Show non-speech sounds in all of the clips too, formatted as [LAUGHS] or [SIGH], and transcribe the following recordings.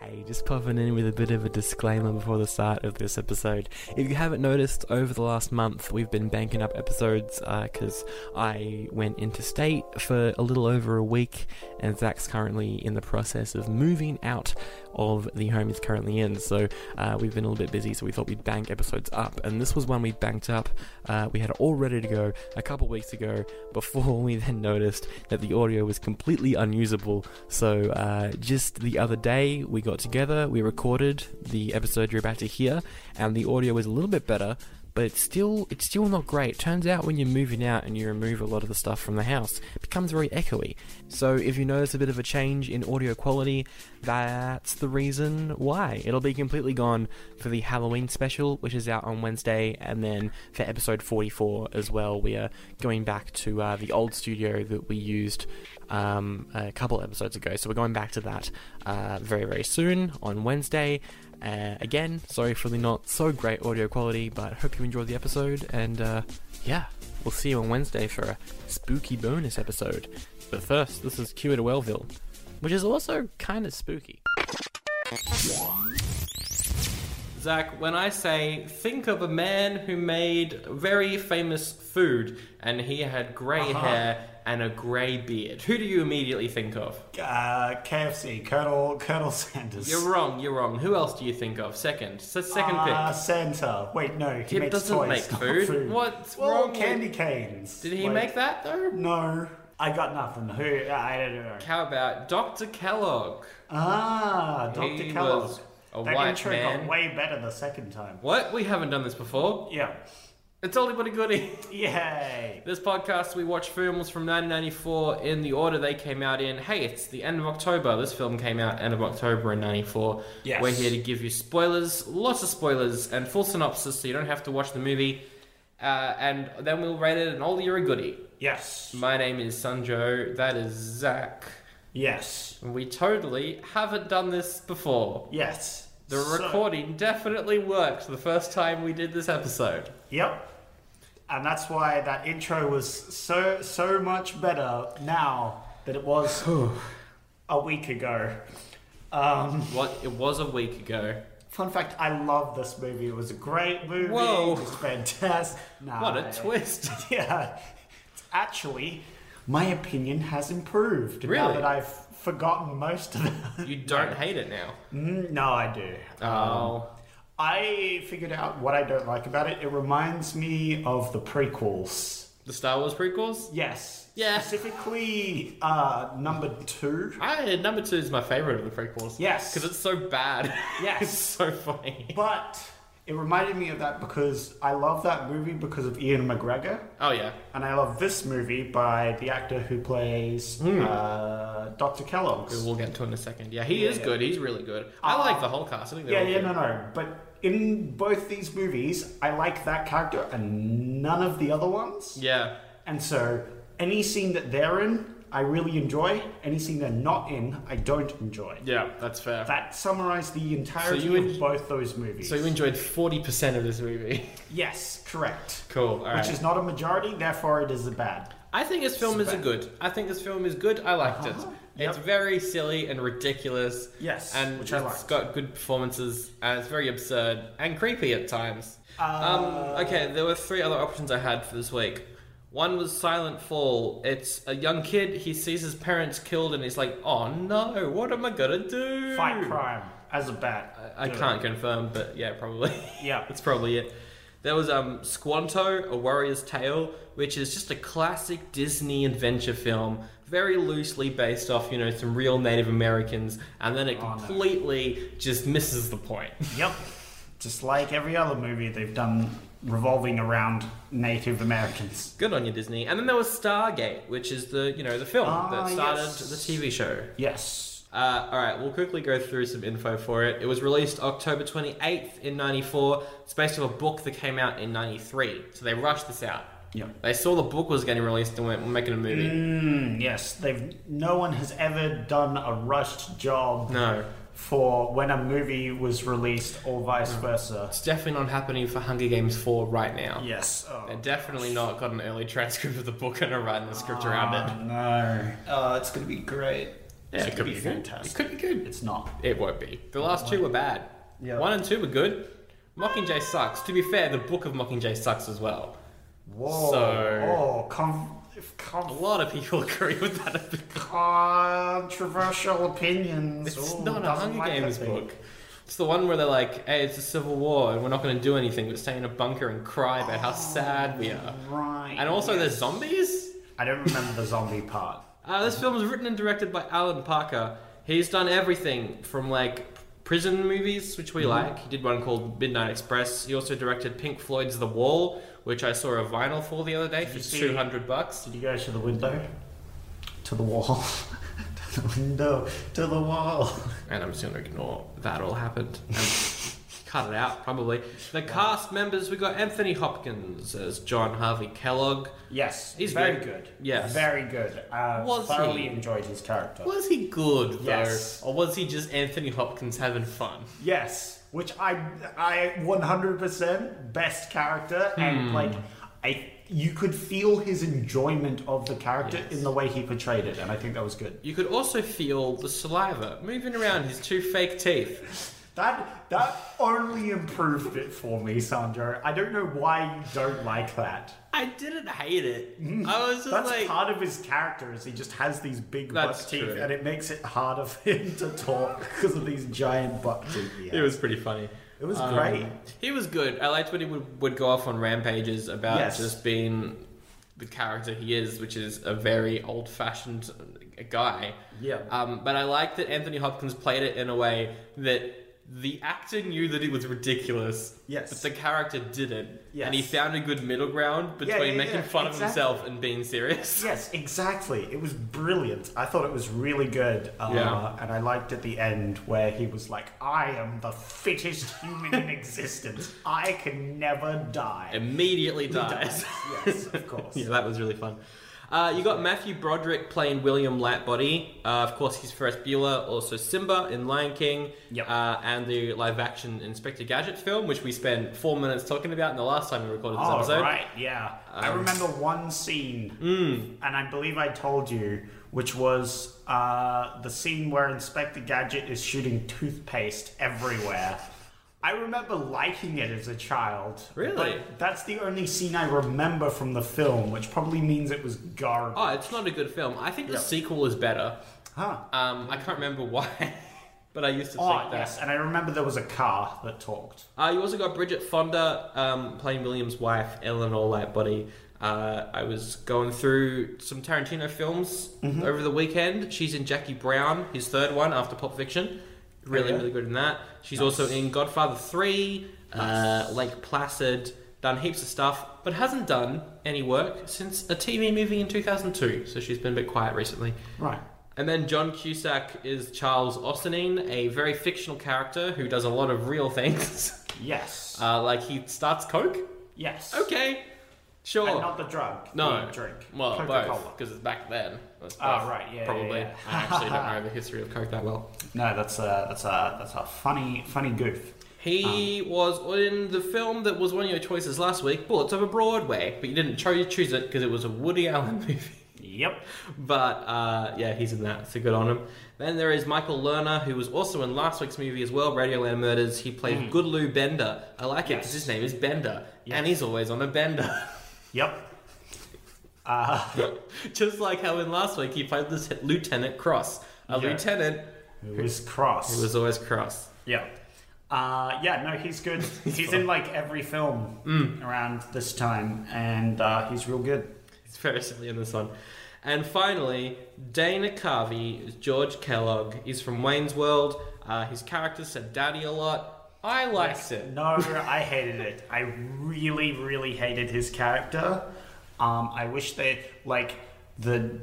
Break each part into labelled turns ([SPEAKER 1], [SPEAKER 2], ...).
[SPEAKER 1] Hey, just popping in with a bit of a disclaimer before the start of this episode. If you haven't noticed, over the last month we've been banking up episodes because I went interstate for a little over a week, and Zach's currently in the process of moving out of the home he's currently in. So uh, we've been a little bit busy, so we thought we'd bank episodes up, and this was one we banked up. Uh, we had it all ready to go a couple weeks ago before [LAUGHS] we then noticed that the audio was completely unusable. So uh, just the other day we got together, we recorded the episode you're about to hear, and the audio was a little bit better but it's still it's still not great. Turns out when you're moving out and you remove a lot of the stuff from the house, it becomes very echoey. So if you notice a bit of a change in audio quality, that's the reason why. It'll be completely gone for the Halloween special, which is out on Wednesday, and then for episode 44 as well. We are going back to uh, the old studio that we used um, a couple episodes ago. So we're going back to that uh, very very soon on Wednesday. Uh, again, sorry for the not so great audio quality, but hope you enjoyed the episode. And uh, yeah, we'll see you on Wednesday for a spooky bonus episode. But first, this is Q to Wellville, which is also kind of spooky. Zach, when I say think of a man who made very famous food and he had grey
[SPEAKER 2] Uh-huh.
[SPEAKER 1] hair and a grey beard, who do you immediately think of?
[SPEAKER 2] Uh, KFC, Colonel Colonel [LAUGHS] Sanders.
[SPEAKER 1] You're wrong. You're wrong. Who else do you think of? Second. So second
[SPEAKER 2] Ah,
[SPEAKER 1] pick.
[SPEAKER 2] Santa. Wait, no, he
[SPEAKER 1] It
[SPEAKER 2] makes
[SPEAKER 1] doesn't
[SPEAKER 2] toys,
[SPEAKER 1] make
[SPEAKER 2] not
[SPEAKER 1] food. What's
[SPEAKER 2] well,
[SPEAKER 1] wrong with-
[SPEAKER 2] Candy canes.
[SPEAKER 1] Did he
[SPEAKER 2] Like,
[SPEAKER 1] make that though?
[SPEAKER 2] No, I got nothing. Who? I don't know.
[SPEAKER 1] How about Dr. Kellogg?
[SPEAKER 2] Ah, Doctor
[SPEAKER 1] He
[SPEAKER 2] Kellogg.
[SPEAKER 1] was a
[SPEAKER 2] that
[SPEAKER 1] white
[SPEAKER 2] intro
[SPEAKER 1] man.
[SPEAKER 2] got way better the second time.
[SPEAKER 1] What? We haven't done this before.
[SPEAKER 2] Yeah.
[SPEAKER 1] It's only Buddy Goody.
[SPEAKER 2] Yay.
[SPEAKER 1] This podcast, we watch films from 1994 in the order they came out in. Hey, it's the end of October. This film came out end of October in 94.
[SPEAKER 2] Yes.
[SPEAKER 1] We're here to give you spoilers, lots of spoilers, and full synopsis so you don't have to watch the movie. Uh, and then we'll rate it an all year goodie.
[SPEAKER 2] Yes.
[SPEAKER 1] My name is Sunjo. That is Zach.
[SPEAKER 2] Yes.
[SPEAKER 1] And We totally haven't done this before.
[SPEAKER 2] Yes.
[SPEAKER 1] The
[SPEAKER 2] So-
[SPEAKER 1] recording definitely worked the first time we did this episode.
[SPEAKER 2] Yep. And that's why that intro was so so much better now than
[SPEAKER 1] [SIGHS]
[SPEAKER 2] it was a week ago. Um,
[SPEAKER 1] What it was a week ago.
[SPEAKER 2] fun fact: I love this movie. It was a great movie.
[SPEAKER 1] Whoa.
[SPEAKER 2] It was fantastic. Nah,
[SPEAKER 1] [LAUGHS] What a twist.
[SPEAKER 2] [LAUGHS] Yeah. It's actually, my opinion has improved now
[SPEAKER 1] Really?
[SPEAKER 2] that I've forgotten most of it. [LAUGHS]
[SPEAKER 1] You don't hate it now.
[SPEAKER 2] Mm, no, I do.
[SPEAKER 1] Oh.
[SPEAKER 2] I figured out what I don't like about it. It reminds me of the prequels.
[SPEAKER 1] The Star Wars prequels?
[SPEAKER 2] Yes.
[SPEAKER 1] Yeah.
[SPEAKER 2] Specifically, uh, number two.
[SPEAKER 1] I number two is my favorite of the prequels.
[SPEAKER 2] Yes.
[SPEAKER 1] Because it's so bad. [LAUGHS]
[SPEAKER 2] Yes. [LAUGHS]
[SPEAKER 1] it's so funny.
[SPEAKER 2] But it reminded me of that because I love that movie because of Ian McGregor,
[SPEAKER 1] Oh yeah.
[SPEAKER 2] and I love this movie by the actor who plays
[SPEAKER 1] Hmm.
[SPEAKER 2] uh, Dr. Kellogg's.
[SPEAKER 1] We'll get to it in a second. Yeah, he is
[SPEAKER 2] yeah. Uh,
[SPEAKER 1] good. He's really good. I like the whole cast. I think they're
[SPEAKER 2] Yeah,
[SPEAKER 1] all
[SPEAKER 2] yeah,
[SPEAKER 1] good.
[SPEAKER 2] no, no. But in both these movies, I like that character and none of the other ones.
[SPEAKER 1] Yeah.
[SPEAKER 2] And so, any scene that they're in, I really enjoy. Any scene they're not in, I don't enjoy.
[SPEAKER 1] Yeah, that's fair.
[SPEAKER 2] That summarized the entirety
[SPEAKER 1] So you
[SPEAKER 2] of
[SPEAKER 1] en-
[SPEAKER 2] both those movies.
[SPEAKER 1] so you enjoyed forty percent of this movie. [LAUGHS]
[SPEAKER 2] yes, correct.
[SPEAKER 1] cool. All right.
[SPEAKER 2] Which is not a majority, therefore it is a bad.
[SPEAKER 1] I think this film is a
[SPEAKER 2] Spat.
[SPEAKER 1] good. I think this film is good. I liked it. It's very silly and ridiculous.
[SPEAKER 2] Uh-huh. Yes,
[SPEAKER 1] and
[SPEAKER 2] which
[SPEAKER 1] it's
[SPEAKER 2] I liked.
[SPEAKER 1] got good performances, and it's very absurd and creepy at times.
[SPEAKER 2] Uh.
[SPEAKER 1] um, okay, there were three other options I had for this week. One was Silent Fall. It's a young kid. He sees his parents killed, and he's like, "Oh no, what am I gonna do?"
[SPEAKER 2] Fight crime as a bad.
[SPEAKER 1] Hmm. I can't confirm, but yeah, probably. [LAUGHS]
[SPEAKER 2] Yeah.
[SPEAKER 1] that's probably it. There was um, Squanto, A Warrior's Tale, which is just a classic Disney adventure film, very loosely based off, you know, some real Native Americans, and then it
[SPEAKER 2] Oh,
[SPEAKER 1] completely just misses the point.
[SPEAKER 2] Yep. Just like every other movie they've done revolving around Native Americans.
[SPEAKER 3] Good on you, Disney. And then there was Stargate, which is the you know the film
[SPEAKER 2] Ah,
[SPEAKER 3] that started
[SPEAKER 2] yes.
[SPEAKER 3] the TV show.
[SPEAKER 2] Yes.
[SPEAKER 3] Uh, all right, we'll quickly go through some info for it. It was released October 28th in 94. It's based off a book that came out in 93. So they rushed this out.
[SPEAKER 2] Yeah.
[SPEAKER 3] They saw the book was getting released and went, we're making a movie.
[SPEAKER 2] Mm, yes. They've. No one has ever done a rushed job.
[SPEAKER 3] No.
[SPEAKER 2] For when a movie was released, or vice
[SPEAKER 3] Oh.
[SPEAKER 2] versa.
[SPEAKER 3] It's definitely not happening for Hunger Games 4 right now.
[SPEAKER 2] Yes. Oh.
[SPEAKER 3] They definitely not got an early transcript of the book and are writing the
[SPEAKER 2] Ah.
[SPEAKER 3] script around it.
[SPEAKER 2] no. Oh, it's gonna be great.
[SPEAKER 3] Yeah,
[SPEAKER 2] it's
[SPEAKER 3] it could be, good. It
[SPEAKER 2] fantastic.
[SPEAKER 3] could be good.
[SPEAKER 2] It's not.
[SPEAKER 3] It won't be. The last two were bad.
[SPEAKER 2] Yeah.
[SPEAKER 3] One and two were good. Mockingjay sucks. To be fair, the book of Mockingjay sucks as well.
[SPEAKER 2] Whoa.
[SPEAKER 3] So-
[SPEAKER 2] oh, com-
[SPEAKER 3] A
[SPEAKER 2] com-
[SPEAKER 3] lot of people [LAUGHS] agree with that.
[SPEAKER 2] controversial opinions.
[SPEAKER 3] It's
[SPEAKER 2] Ooh,
[SPEAKER 3] not a
[SPEAKER 2] doesn't
[SPEAKER 3] Hunger
[SPEAKER 2] like that
[SPEAKER 3] Games
[SPEAKER 2] thing.
[SPEAKER 3] book. It's the one where they're like, hey, it's a civil war and we're not going to do anything but stay in a bunker and cry about how sad we are.
[SPEAKER 2] Right.
[SPEAKER 3] And also,
[SPEAKER 2] yes.
[SPEAKER 3] there's zombies?
[SPEAKER 2] I don't remember the zombie part.
[SPEAKER 3] Uh, this film was written and directed by Alan Parker. He's done everything from like prison movies, which
[SPEAKER 2] Mm-hmm.
[SPEAKER 3] we like. He did one called Midnight Express. He also directed Pink Floyd's The Wall, which I saw a vinyl for the other day for
[SPEAKER 2] you see-
[SPEAKER 3] two hundred bucks.
[SPEAKER 2] Did you go to the window? To the wall. [LAUGHS] to the window. To the wall.
[SPEAKER 3] And I'm just gonna ignore that all happened. And [LAUGHS] Cut it out, probably. The cast members we got Anthony Hopkins as John Harvey Kellogg.
[SPEAKER 2] Yes.
[SPEAKER 3] He's
[SPEAKER 2] very
[SPEAKER 3] good.
[SPEAKER 2] good.
[SPEAKER 3] Yes.
[SPEAKER 2] Very good. I
[SPEAKER 3] Was
[SPEAKER 2] thoroughly
[SPEAKER 3] he?
[SPEAKER 2] enjoyed his character.
[SPEAKER 3] Was he good though,
[SPEAKER 2] Yes.
[SPEAKER 3] or was he just Anthony Hopkins having fun?
[SPEAKER 2] Yes, which I I 100% best character
[SPEAKER 3] Hmm.
[SPEAKER 2] and like I you could feel his enjoyment of the character in the way he portrayed it and I think that was good.
[SPEAKER 3] You could also feel the saliva moving around his two fake teeth.
[SPEAKER 2] That that only improved it for me, Sandro. I don't know why you don't like that.
[SPEAKER 3] I didn't hate it. I was just
[SPEAKER 2] That's
[SPEAKER 3] like,
[SPEAKER 2] part of his character is he just has these big
[SPEAKER 3] That's
[SPEAKER 2] buck teeth
[SPEAKER 3] true.
[SPEAKER 2] and it makes it harder for him to talk because of these giant buck teeth. he has.
[SPEAKER 3] it was Um, pretty funny.
[SPEAKER 2] it was great.
[SPEAKER 3] He was good. I liked when he would, would go off on rampages about
[SPEAKER 2] Yes.
[SPEAKER 3] just being the character he is, which is a very old fashioned guy.
[SPEAKER 2] Yeah.
[SPEAKER 3] Um, but I liked that Anthony Hopkins played it in a way that the actor knew that it was ridiculous.
[SPEAKER 2] Yes.
[SPEAKER 3] But the character didn't.
[SPEAKER 2] Yes.
[SPEAKER 3] And he found a good middle ground between
[SPEAKER 2] yeah,
[SPEAKER 3] making
[SPEAKER 2] yeah,
[SPEAKER 3] fun
[SPEAKER 2] exactly.
[SPEAKER 3] of himself and being serious. [LAUGHS]
[SPEAKER 2] Yes, exactly. It was brilliant. I thought it was really good. Uh,
[SPEAKER 3] Yeah.
[SPEAKER 2] And I liked at the end where he was like, I am the fittest human in existence. I can never die.
[SPEAKER 3] Immediately
[SPEAKER 2] He
[SPEAKER 3] dies.
[SPEAKER 2] yes, of course.
[SPEAKER 3] [LAUGHS] Yeah, that was really fun. Uh, you got Matthew Broderick playing William Lightbody. Uh, of course, he's Ferris Bueller, also Simba in Lion King,
[SPEAKER 2] Yep.
[SPEAKER 3] uh, and the live-action Inspector Gadget film, which we spent four minutes talking about in the last time we recorded this
[SPEAKER 2] Oh,
[SPEAKER 3] episode.
[SPEAKER 2] right, yeah.
[SPEAKER 3] Um,
[SPEAKER 2] I remember one scene,
[SPEAKER 3] hmm.
[SPEAKER 2] and I believe I told you, which was uh, the scene where Inspector Gadget is shooting toothpaste everywhere. I remember liking it as a child.
[SPEAKER 3] Really?
[SPEAKER 2] But that's the only scene I remember from the film, which probably means it was garbage.
[SPEAKER 3] Oh, it's not a good film. I think the
[SPEAKER 2] Yeah.
[SPEAKER 3] sequel is better.
[SPEAKER 2] huh.
[SPEAKER 3] Um, I can't remember why, [LAUGHS] but I used to think
[SPEAKER 2] Oh,
[SPEAKER 3] that.
[SPEAKER 2] yes, and I remember there was a car that talked.
[SPEAKER 3] Uh, you also got Bridget Fonda um, playing William's wife, Eleanor Lightbody. Uh, I was going through some Tarantino films over the weekend. She's in Jackie Brown, his third one after Pulp Fiction. Really,
[SPEAKER 2] Okay.
[SPEAKER 3] really good in that. She's also in Godfather 3, uh, Lake Placid, done heaps of stuff, but hasn't done any work since a TV movie in 2002, so she's been a bit quiet recently.
[SPEAKER 2] Right.
[SPEAKER 3] And then John Cusack is Charles Austenine, a very fictional character who does a lot of real things. [LAUGHS]
[SPEAKER 2] Yes.
[SPEAKER 3] Uh, like he starts coke.
[SPEAKER 2] yes.
[SPEAKER 3] Okay, sure.
[SPEAKER 2] And not the drug.
[SPEAKER 3] no
[SPEAKER 2] the drink.
[SPEAKER 3] Well,
[SPEAKER 2] Coca-Cola.
[SPEAKER 3] both because it's back then. That's
[SPEAKER 2] Ah,
[SPEAKER 3] both,
[SPEAKER 2] right, yeah, yeah,
[SPEAKER 3] Probably.
[SPEAKER 2] yeah.
[SPEAKER 3] I actually don't
[SPEAKER 2] [LAUGHS]
[SPEAKER 3] know the history of coke that well.
[SPEAKER 2] No, that's a that's a that's a funny funny goof.
[SPEAKER 3] He
[SPEAKER 2] Um.
[SPEAKER 3] was in the film that was one of your choices last week, Bullets Over Broadway, but you didn't cho- choose it because it was a Woody Allen [LAUGHS] movie.
[SPEAKER 2] Yep.
[SPEAKER 3] But uh, yeah, he's in that, so good on him. Then there is Michael Lerner, who was also in last week's movie as well, Radioland Murders. He played
[SPEAKER 2] Mm.
[SPEAKER 3] Good Lou Bender. I like it because his name is Bender, and he's always on a bender. [LAUGHS]
[SPEAKER 2] Yep.
[SPEAKER 3] [LAUGHS] Just like how in last week he played this Lieutenant Cross. A
[SPEAKER 2] Yeah.
[SPEAKER 3] lieutenant
[SPEAKER 2] It was cross.
[SPEAKER 3] who was always Cross.
[SPEAKER 2] Yep. Uh, yeah, no, he's good. [LAUGHS] he's Mm. in like every film around this time, and uh, he's real good.
[SPEAKER 3] He's very silly in this one. And finally, Dana Carvey is George Kellogg. He's from Wayne's World. Uh, his character said daddy a lot. I liked it.
[SPEAKER 2] No, I hated it. I really, really hated his character. Um, I wish they like the.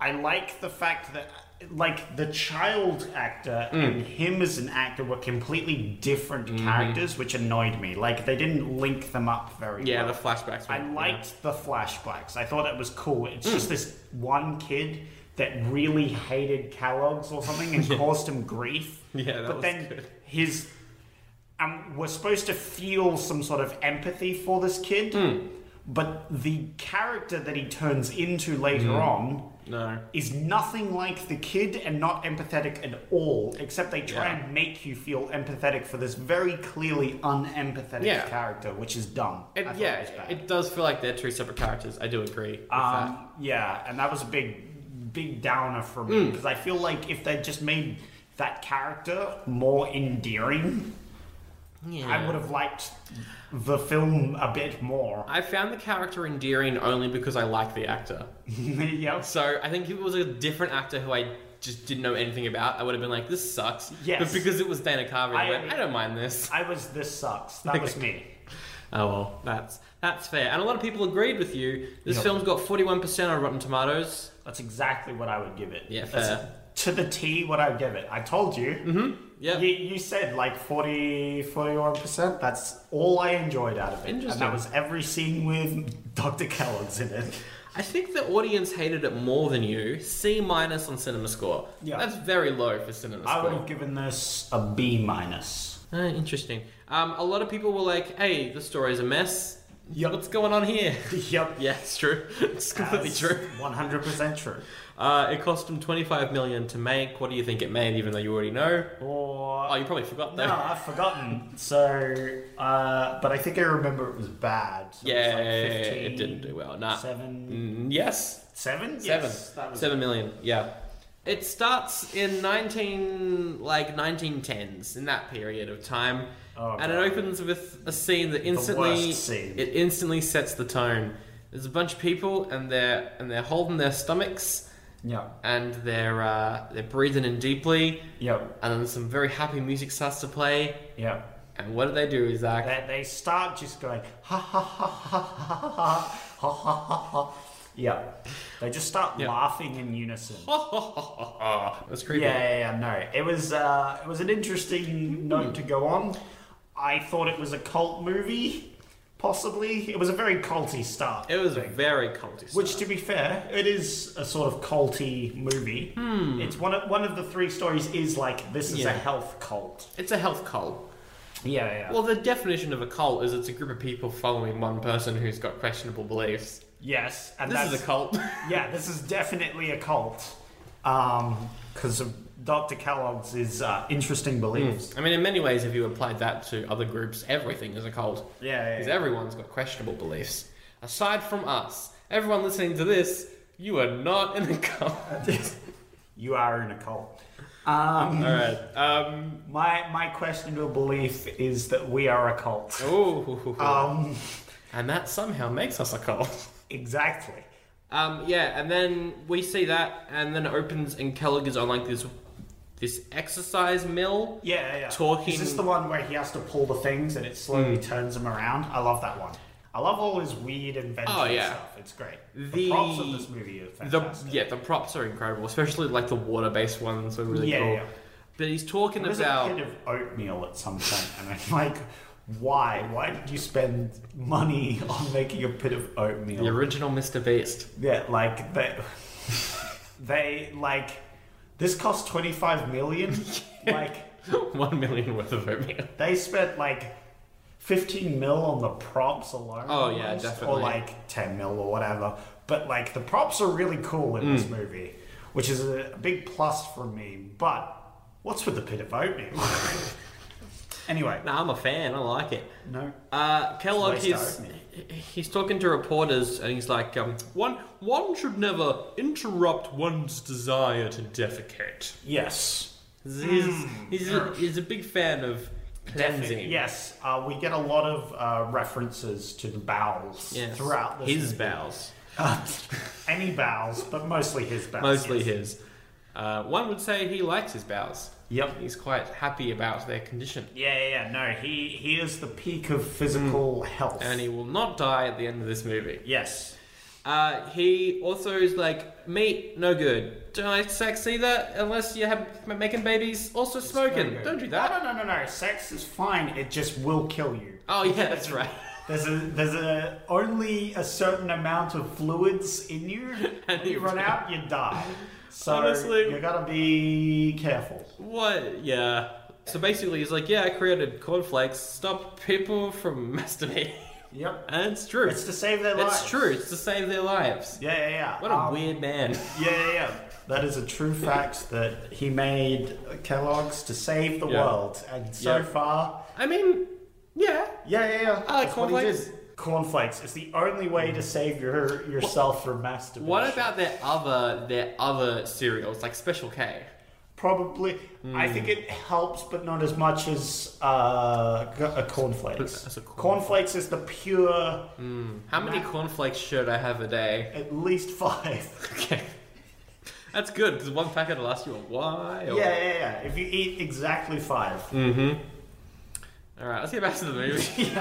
[SPEAKER 2] I like the fact that like the child actor
[SPEAKER 3] Mm.
[SPEAKER 2] and him as an actor were completely different
[SPEAKER 3] Mm-hmm.
[SPEAKER 2] characters, which annoyed me. Like they didn't link them up very
[SPEAKER 3] Yeah, Hmm.
[SPEAKER 2] well.
[SPEAKER 3] the flashbacks.
[SPEAKER 2] I
[SPEAKER 3] were-
[SPEAKER 2] liked the flashbacks. I thought it was cool. It's just this one kid that really hated Kellogg's or something
[SPEAKER 3] [LAUGHS]
[SPEAKER 2] and caused him grief.
[SPEAKER 3] Yeah, that
[SPEAKER 2] but
[SPEAKER 3] was
[SPEAKER 2] then
[SPEAKER 3] good.
[SPEAKER 2] his um, we're supposed to feel some sort of empathy for this kid,
[SPEAKER 3] Hmm.
[SPEAKER 2] but the character that he turns into later on
[SPEAKER 3] Hmm. No.
[SPEAKER 2] is nothing like the kid and not empathetic at all, except they try
[SPEAKER 3] Yeah.
[SPEAKER 2] and make you feel empathetic for this very clearly unempathetic
[SPEAKER 3] Yeah.
[SPEAKER 2] character, which is dumb. I
[SPEAKER 3] It,
[SPEAKER 2] thought
[SPEAKER 3] yeah,
[SPEAKER 2] was bad.
[SPEAKER 3] it does feel like they're two separate characters. I do agree with that.
[SPEAKER 2] Um, yeah, and that was a big, big downer for me
[SPEAKER 3] Mm.
[SPEAKER 2] because I feel like if they just made that character more endearing, I would have liked the film a bit more. [LAUGHS]
[SPEAKER 3] I found the character endearing only because I like the actor.
[SPEAKER 2] yeah.
[SPEAKER 3] So I think if it was a different actor who I just didn't know anything about, I would have been like, "This sucks."
[SPEAKER 2] Yes.
[SPEAKER 3] But because it was Dana Carvey, I,
[SPEAKER 2] I-
[SPEAKER 3] went, I don't mind this.
[SPEAKER 2] I was this sucks. That was me.
[SPEAKER 3] Oh well, that's that's fair. And a lot of people agreed with you. This film's got forty-one percent on Rotten Tomatoes.
[SPEAKER 2] That's exactly what I would give it.
[SPEAKER 3] Yeah,
[SPEAKER 2] That's
[SPEAKER 3] fair.
[SPEAKER 2] to the T what I would give it. I told you. Mm-hmm.
[SPEAKER 3] Yeah.
[SPEAKER 2] You, you said like 40, 41%. That's all I enjoyed out of it. And
[SPEAKER 3] Interesting.
[SPEAKER 2] that was every scene with Dr. Kellogg's in it.
[SPEAKER 3] I think the audience hated it more than you. C minus on CinemaScore.
[SPEAKER 2] Yeah.
[SPEAKER 3] That's very low for CinemaScore.
[SPEAKER 2] I would have given this a B minus.
[SPEAKER 3] Ah, interesting. Um, a lot of people were like, "Hey, the story's a mess.
[SPEAKER 2] Yep.
[SPEAKER 3] What's going
[SPEAKER 1] [LAUGHS]
[SPEAKER 3] on here?"
[SPEAKER 2] [LAUGHS] Yep.
[SPEAKER 3] yeah, it's true. It's completely true.
[SPEAKER 2] [LAUGHS] One hundred percent true.
[SPEAKER 3] Uh, it cost them 25 million to make. What do you think it made? Even though you already know.
[SPEAKER 2] Or
[SPEAKER 3] Oh, you probably forgot though.
[SPEAKER 2] no, I've forgotten. So, uh, but I think I remember it was bad. So
[SPEAKER 3] yeah,
[SPEAKER 2] it, was like 15,
[SPEAKER 3] it didn't do well. Nah.
[SPEAKER 2] Seven,
[SPEAKER 3] Mm, yes.
[SPEAKER 2] seven,
[SPEAKER 3] Seven.
[SPEAKER 2] Yes, that was
[SPEAKER 3] Seven million. Yeah. It starts in 19 like 1910s in that period of time,
[SPEAKER 2] Oh,
[SPEAKER 3] and it
[SPEAKER 2] God.
[SPEAKER 3] opens with a scene that instantly
[SPEAKER 2] worst scene.
[SPEAKER 3] it instantly sets the tone. There's a bunch of people and they're and they're holding their stomachs
[SPEAKER 2] Yeah,
[SPEAKER 3] and they're uh, they're breathing in deeply,
[SPEAKER 2] yeah,
[SPEAKER 3] and then some very happy music starts to play.
[SPEAKER 2] yeah.
[SPEAKER 3] And what do they do, Zach?
[SPEAKER 2] They, they start just going ha ha ha ha ha ha ha ha ha ha. ha. Yeah, they just start laughing in unison.
[SPEAKER 3] That's creepy.
[SPEAKER 2] Yeah, yeah, yeah, no. It was uh, it was an
[SPEAKER 3] Hmm.
[SPEAKER 2] interesting note to go on. I thought it was a cult movie, possibly. It was a very culty start.
[SPEAKER 3] It was uh, a very culty.
[SPEAKER 2] which, to be fair, it is a sort of culty movie. It's one of one of the three stories is like this is
[SPEAKER 3] Hmm. Yeah.
[SPEAKER 2] a health cult.
[SPEAKER 3] it's a health cult.
[SPEAKER 2] Yeah, yeah,
[SPEAKER 3] Well, the definition of a cult is it's a group of people following one person who's got questionable beliefs.
[SPEAKER 2] yes, and
[SPEAKER 3] This
[SPEAKER 2] that's
[SPEAKER 3] is a cult.
[SPEAKER 2] yeah, this is definitely a cult. Um, because of Dr. Kellogg's is uh, interesting beliefs.
[SPEAKER 3] I mean, in many ways, if you applied that to other groups, everything is a cult.
[SPEAKER 2] Yeah, yeah,
[SPEAKER 3] Because
[SPEAKER 2] yeah.
[SPEAKER 3] everyone's got questionable beliefs. Aside from us, everyone listening to this, you are not in a
[SPEAKER 2] [LAUGHS]
[SPEAKER 3] cult.
[SPEAKER 2] You are in a cult. Um,
[SPEAKER 3] All right. Um.
[SPEAKER 2] My my questionable belief is that we are a cult.
[SPEAKER 3] Ooh.
[SPEAKER 2] Um,
[SPEAKER 3] and that somehow makes us a cult.
[SPEAKER 2] exactly.
[SPEAKER 3] Um, yeah, and then we see that, and then it opens, and Kellogg is on like this, this exercise mill.
[SPEAKER 2] Yeah, yeah, yeah.
[SPEAKER 3] Talking- Mm.
[SPEAKER 2] Is this the one where he has to pull the things and it slowly turns him around? I love that one. I love all his weird invention
[SPEAKER 3] Oh, yeah.
[SPEAKER 2] stuff. It's great. The,
[SPEAKER 3] The-
[SPEAKER 2] props of this movie are
[SPEAKER 3] The
[SPEAKER 2] fantastic.
[SPEAKER 3] yeah, the props are incredible, especially like the water-based ones are really
[SPEAKER 2] Yeah,
[SPEAKER 3] cool.
[SPEAKER 2] yeah.
[SPEAKER 3] But he's talking
[SPEAKER 2] There's a
[SPEAKER 3] about
[SPEAKER 2] kid of oatmeal at some point, and I'm like, why? Why did you spend money on making a pit of oatmeal?
[SPEAKER 3] the original Mr. Beast. [LAUGHS]
[SPEAKER 2] Yeah, like they, they like this cost twenty five million.
[SPEAKER 3] [LAUGHS]
[SPEAKER 2] Like
[SPEAKER 3] One million worth of oatmeal.
[SPEAKER 2] they spent like fifteen mil on the props alone.
[SPEAKER 3] Oh, yeah,
[SPEAKER 2] almost,
[SPEAKER 3] definitely.
[SPEAKER 2] Or like ten mil or whatever. But like the props are really cool in this
[SPEAKER 3] Mm.
[SPEAKER 2] movie, which is a big plus for me. But what's with the pit
[SPEAKER 3] [LAUGHS]
[SPEAKER 2] of oatmeal? anyway,
[SPEAKER 3] Nah, I'm a fan. I like it.
[SPEAKER 2] no.
[SPEAKER 3] Uh, Kellogg
[SPEAKER 2] It's a waste
[SPEAKER 3] is
[SPEAKER 2] of oatmeal.
[SPEAKER 3] he- he's talking to reporters, and he's like, um, one one should never interrupt one's desire to defecate. Hmm.
[SPEAKER 2] Yes.
[SPEAKER 3] He's, he's, a, he's a big fan of cleansing.
[SPEAKER 2] Yes, uh, we get a lot of uh, references to the bowels
[SPEAKER 3] Yes.
[SPEAKER 2] throughout this
[SPEAKER 3] his
[SPEAKER 2] movie. [LAUGHS]
[SPEAKER 3] bowels,
[SPEAKER 2] Uh, any bowels, but mostly his bowels.
[SPEAKER 3] mostly
[SPEAKER 2] yes.
[SPEAKER 3] his. Uh, one would say he likes his bowels.
[SPEAKER 2] Yep.
[SPEAKER 3] He's quite happy about their condition.
[SPEAKER 2] Yeah, yeah, yeah. No, he he is the peak of physical health.
[SPEAKER 3] Mm. And he will not die at the end of this movie.
[SPEAKER 2] yes.
[SPEAKER 3] Uh, he also is like, meat, no good. Don't like sex either, unless you're have, making babies. Also smoking.
[SPEAKER 2] Okay.
[SPEAKER 3] Don't do that.
[SPEAKER 2] No, no, no, no, no. Sex is fine. It just will kill you.
[SPEAKER 3] Oh, yeah, [LAUGHS] that's right.
[SPEAKER 2] There's a there's a only a certain amount of fluids in you.
[SPEAKER 3] [LAUGHS] And
[SPEAKER 2] When you
[SPEAKER 3] you
[SPEAKER 2] run out, you die. So
[SPEAKER 3] Honestly.
[SPEAKER 2] you gotta be careful.
[SPEAKER 3] What? Yeah. So basically, he's like, yeah, I created cornflakes. Stop people from [LAUGHS] masturbating.
[SPEAKER 2] Yep.
[SPEAKER 3] and it's true.
[SPEAKER 2] It's to save their lives.
[SPEAKER 3] It's true. It's to save their lives.
[SPEAKER 2] Yeah, yeah, yeah.
[SPEAKER 3] What a
[SPEAKER 2] Um,
[SPEAKER 3] weird man.
[SPEAKER 2] Yeah, yeah, yeah. That is a true fact that he made Kellogg's to save the
[SPEAKER 3] Yeah.
[SPEAKER 2] world, and so
[SPEAKER 3] Yeah.
[SPEAKER 2] far,
[SPEAKER 3] I mean, yeah.
[SPEAKER 2] yeah, yeah, yeah.
[SPEAKER 3] I like
[SPEAKER 2] that's what he
[SPEAKER 3] Ah, cornflakes.
[SPEAKER 2] did. Cornflakes is the only way
[SPEAKER 3] Mm.
[SPEAKER 2] to save your yourself from masturbation.
[SPEAKER 3] What about their other their other cereals like Special K?
[SPEAKER 2] Probably, I think
[SPEAKER 3] Mm.
[SPEAKER 2] it helps, but not as much as uh, g- uh, cornflakes.
[SPEAKER 3] As a corn-
[SPEAKER 2] cornflakes is the pure,
[SPEAKER 3] How many cornflakes should I have a day? [LAUGHS]
[SPEAKER 2] at least five.
[SPEAKER 3] Okay, that's good because one packet will last you a while.
[SPEAKER 2] yeah, yeah, yeah. If you eat exactly five,
[SPEAKER 3] Mm. All right, let's get back to the [LAUGHS] movie.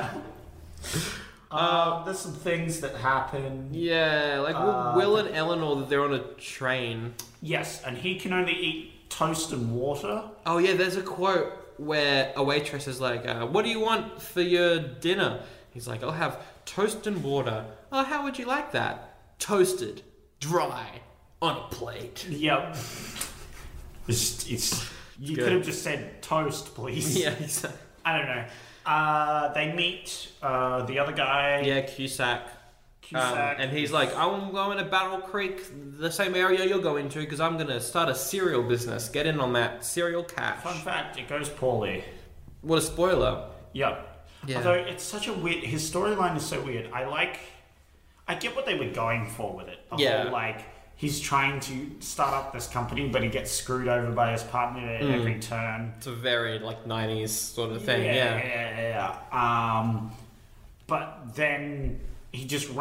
[SPEAKER 2] um, there's some things that happen.
[SPEAKER 3] yeah, like Will- Will and Eleanor, they're on a train.
[SPEAKER 2] Yes, and he can only eat toast and water.
[SPEAKER 3] Oh yeah, there's a quote where a waitress is like, uh, "What do you want for your dinner?" He's like, "I'll have toast and water." Oh, how would you like that? Toasted, dry, on a
[SPEAKER 2] [LAUGHS]
[SPEAKER 3] plate.
[SPEAKER 2] Yep. It's, it's, you
[SPEAKER 3] Good.
[SPEAKER 2] could have just said toast, please.
[SPEAKER 3] Yeah, exactly.
[SPEAKER 2] [LAUGHS] I don't know. Uh, they meet uh, the other guy.
[SPEAKER 3] [LAUGHS] Yeah, Cusack. Um,
[SPEAKER 2] Cusack.
[SPEAKER 3] and he's like, I'm going to Battle Creek, the same area you're going to, because I'm going to start a cereal business. Get in on that cereal cash.
[SPEAKER 2] Fun fact: it goes poorly.
[SPEAKER 3] What a spoiler.
[SPEAKER 2] Yep.
[SPEAKER 3] Yeah.
[SPEAKER 2] Although it's such a weird, his storyline is so weird. I like, I get what they were going for with it. The
[SPEAKER 3] Yeah.
[SPEAKER 2] Whole, like he's trying to start up this company, but he gets screwed over by his partner
[SPEAKER 3] Mm.
[SPEAKER 2] at every turn.
[SPEAKER 3] It's a very, like, 90s sort of thing, yeah. [LAUGHS]
[SPEAKER 2] yeah, yeah, yeah. Um, but then he just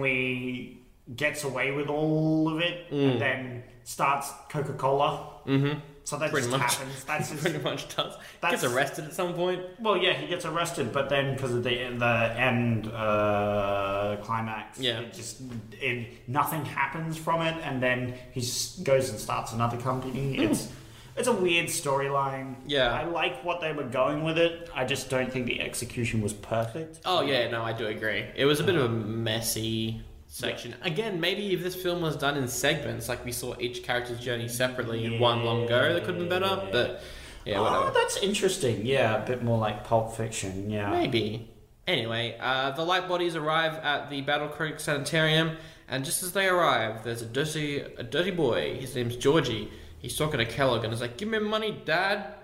[SPEAKER 2] randomly gets away with all of it,
[SPEAKER 3] Mm.
[SPEAKER 2] and then starts Coca Cola. Mm-hmm. So that
[SPEAKER 3] Pretty
[SPEAKER 2] just
[SPEAKER 3] much. [LAUGHS]
[SPEAKER 2] happens. That's his
[SPEAKER 3] Pretty much does.
[SPEAKER 2] That's-
[SPEAKER 3] Gets arrested at some point.
[SPEAKER 2] Well, yeah, he gets arrested, but then because of the the end uh, climax,
[SPEAKER 3] Yeah.
[SPEAKER 2] it just it, nothing happens from it, and then he s goes and starts another company. It's it's a weird storyline.
[SPEAKER 3] Hmm. Yeah.
[SPEAKER 2] I like what they were going with it. I just don't think the execution was perfect.
[SPEAKER 3] Oh, yeah, no, I do agree. It was a bit of a messy section. Again, maybe if this film was done in segments, like we saw each character's journey separately in one long go, that could have been better, but yeah, whatever.
[SPEAKER 2] Oh, that's interesting. Yeah, a bit more like Pulp Fiction. Yeah.
[SPEAKER 3] Maybe. Anyway, uh, the light bodies arrive at the Battle Creek Sanitarium, and just as they arrive, there's a dirty, a dirty boy. His name's Georgie. He's talking to Kellogg, and he's like, "Give me money, Dad."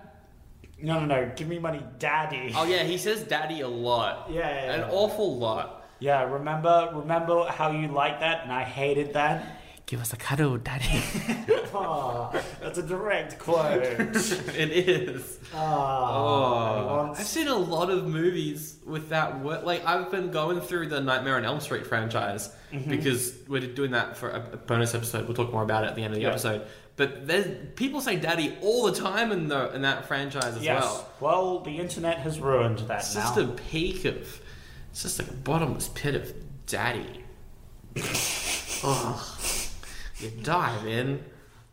[SPEAKER 2] No, no, no. Give me money, Daddy.
[SPEAKER 3] Oh yeah, he says "Daddy" a lot.
[SPEAKER 2] Yeah, yeah,
[SPEAKER 3] an
[SPEAKER 2] yeah.
[SPEAKER 3] awful lot.
[SPEAKER 2] Yeah. Remember, remember how you liked that, and I hated that.
[SPEAKER 3] [LAUGHS]
[SPEAKER 1] Give us a cuddle, daddy.
[SPEAKER 2] Ah, that's a direct quote.
[SPEAKER 3] it is. Oh,
[SPEAKER 2] Ah, I want-
[SPEAKER 3] I've seen a lot of movies with that word. Like I've been going through the Nightmare on Elm Street franchise
[SPEAKER 2] Mm-hmm.
[SPEAKER 3] because we're doing that for a a bonus episode. We'll talk more about it at the end of the
[SPEAKER 2] Yeah.
[SPEAKER 3] episode. But there's people say "daddy" all the time in the in that franchise as
[SPEAKER 2] yes.
[SPEAKER 3] well.
[SPEAKER 2] Well. the internet has ruined that
[SPEAKER 3] It's
[SPEAKER 2] now.
[SPEAKER 3] just a peak of, it's just like a bottomless pit of "daddy." oh, you die, man.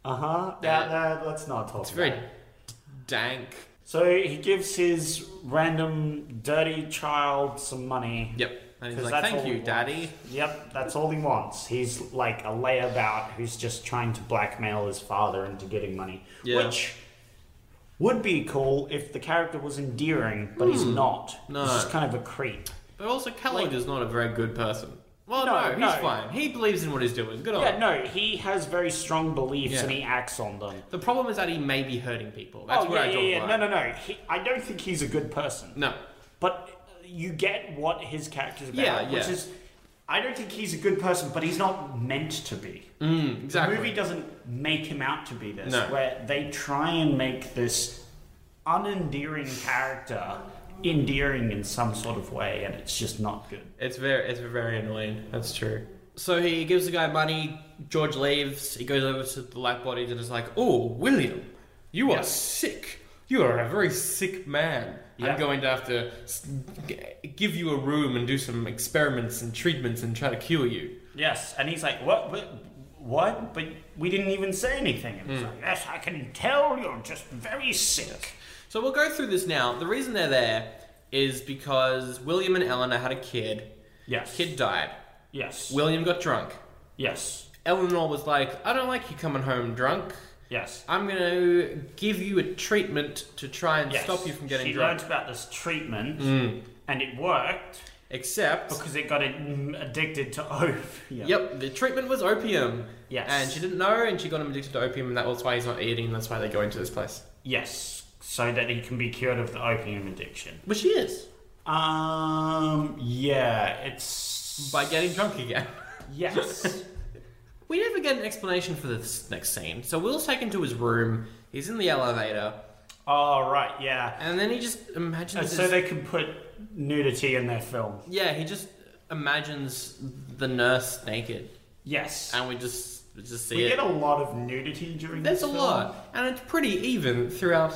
[SPEAKER 2] Uh huh. Yeah, no, let's not talk.
[SPEAKER 3] It's
[SPEAKER 2] about
[SPEAKER 3] very
[SPEAKER 2] it.
[SPEAKER 3] d- dank.
[SPEAKER 2] So he gives his random dirty child some money.
[SPEAKER 3] Yep. And he's
[SPEAKER 2] 'Cause
[SPEAKER 3] like,
[SPEAKER 2] that's
[SPEAKER 3] "Thank
[SPEAKER 2] all
[SPEAKER 3] you,
[SPEAKER 2] he
[SPEAKER 3] Daddy."
[SPEAKER 2] wants. Yep, that's all he wants. He's like a layabout who's just trying to blackmail his father into getting money,
[SPEAKER 3] Yeah.
[SPEAKER 2] which would be cool if the character was endearing, but he's not.
[SPEAKER 3] Hmm. No.
[SPEAKER 2] he's just kind of a creep.
[SPEAKER 3] But also, Kellogg is not a very good person. Well,
[SPEAKER 2] No,
[SPEAKER 3] no, he's
[SPEAKER 2] no.
[SPEAKER 3] fine. He believes in what he's doing. Good on
[SPEAKER 2] Yeah,
[SPEAKER 3] him.
[SPEAKER 2] no, he has very strong
[SPEAKER 3] Oh.
[SPEAKER 2] beliefs
[SPEAKER 3] Yeah.
[SPEAKER 2] and he acts on them.
[SPEAKER 3] The problem is that he may be hurting people. That's
[SPEAKER 2] oh,
[SPEAKER 3] where
[SPEAKER 2] yeah,
[SPEAKER 3] I
[SPEAKER 2] yeah,
[SPEAKER 3] draw
[SPEAKER 2] yeah.
[SPEAKER 3] the
[SPEAKER 2] No,
[SPEAKER 3] line.
[SPEAKER 2] no, no. He, I don't think he's a good person.
[SPEAKER 3] No.
[SPEAKER 2] But you get what his character's about,
[SPEAKER 3] Yeah,
[SPEAKER 2] which
[SPEAKER 3] yeah.
[SPEAKER 2] is. I don't think he's a good person, but he's not meant to be.
[SPEAKER 3] exactly.
[SPEAKER 2] The movie doesn't make him out to be this,
[SPEAKER 3] No.
[SPEAKER 2] where they try and make this unendearing character endearing in some sort of way, and it's just not good.
[SPEAKER 3] It's very, it's very annoying. That's true. So he gives the guy money. George leaves. He goes over to the lab bodies and is like, "Oh, William, you are sick. You are a very sick man.
[SPEAKER 2] Yeah.
[SPEAKER 3] I'm going to have to s- g- give you a room and do some experiments and treatments and try to cure you."
[SPEAKER 2] Yes, and he's like, what, what, what? But we didn't even say anything. And he's like, yes, I can tell you're just very sick.
[SPEAKER 3] So we'll go through this now. The reason they're there is because William and Eleanor had a kid.
[SPEAKER 2] Yes.
[SPEAKER 3] Kid died.
[SPEAKER 2] Yes.
[SPEAKER 3] William got drunk.
[SPEAKER 2] yes.
[SPEAKER 3] Eleanor was like, "I don't like you coming home drunk."
[SPEAKER 2] Yes.
[SPEAKER 3] I'm gonna give you a treatment to try and
[SPEAKER 2] yes.
[SPEAKER 3] stop you from getting
[SPEAKER 2] She
[SPEAKER 3] drunk.
[SPEAKER 2] learned about this treatment, and it worked
[SPEAKER 3] Except,
[SPEAKER 2] because it got it mm, addicted to [LAUGHS] opium.
[SPEAKER 3] yep, the treatment was opium.
[SPEAKER 2] Yes.
[SPEAKER 3] And she didn't know, and she got him addicted to opium, and that was why he's not eating. That's why they go into this place,
[SPEAKER 2] Yes, so that he can be cured of the opium addiction.
[SPEAKER 3] which he is
[SPEAKER 2] Um, yeah, it's
[SPEAKER 3] by getting drunk again. [LAUGHS]
[SPEAKER 2] yes.
[SPEAKER 3] we never get an explanation for this next scene. So Will's taken to his room. He's in the elevator,
[SPEAKER 2] oh right, yeah.
[SPEAKER 3] and then he just imagines.
[SPEAKER 2] And
[SPEAKER 3] this-
[SPEAKER 2] so they can put nudity in their film.
[SPEAKER 3] yeah, he just imagines the nurse naked,
[SPEAKER 2] Yes,
[SPEAKER 3] and we just we just see
[SPEAKER 2] we
[SPEAKER 3] it.
[SPEAKER 2] get a lot of nudity during.
[SPEAKER 3] There's
[SPEAKER 2] this
[SPEAKER 3] a
[SPEAKER 2] film.
[SPEAKER 3] lot, and it's pretty even throughout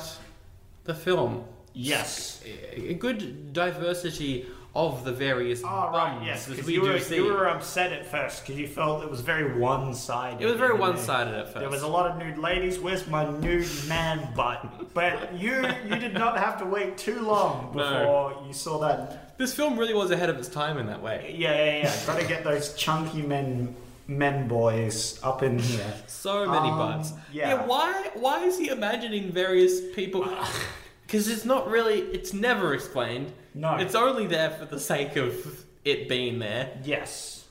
[SPEAKER 3] the film.
[SPEAKER 2] Yes.
[SPEAKER 3] A a good diversity of the various
[SPEAKER 2] Oh, right,
[SPEAKER 3] bums
[SPEAKER 2] yes,
[SPEAKER 3] that
[SPEAKER 2] because
[SPEAKER 3] we
[SPEAKER 2] you,
[SPEAKER 3] do
[SPEAKER 2] were-
[SPEAKER 3] see.
[SPEAKER 2] you were upset at first because you felt it was very one-sided.
[SPEAKER 3] it was very
[SPEAKER 2] in a way.
[SPEAKER 3] one-sided at first.
[SPEAKER 2] There was a lot of nude ladies. Where's my nude man butt? But you you did not have to wait too
[SPEAKER 3] [LAUGHS]
[SPEAKER 2] long
[SPEAKER 3] No.
[SPEAKER 2] before you saw that
[SPEAKER 3] this film really was ahead of its time in that way.
[SPEAKER 2] Yeah, yeah, yeah. Gotta get those chunky men, men boys up in here.
[SPEAKER 3] So many
[SPEAKER 2] Um,
[SPEAKER 3] butts.
[SPEAKER 2] yeah.
[SPEAKER 3] Why? Why is he imagining various
[SPEAKER 2] [SIGHS]
[SPEAKER 3] people? Because it's not really. It's never explained.
[SPEAKER 2] No.
[SPEAKER 3] It's only there for the sake of it being there.
[SPEAKER 2] Yes.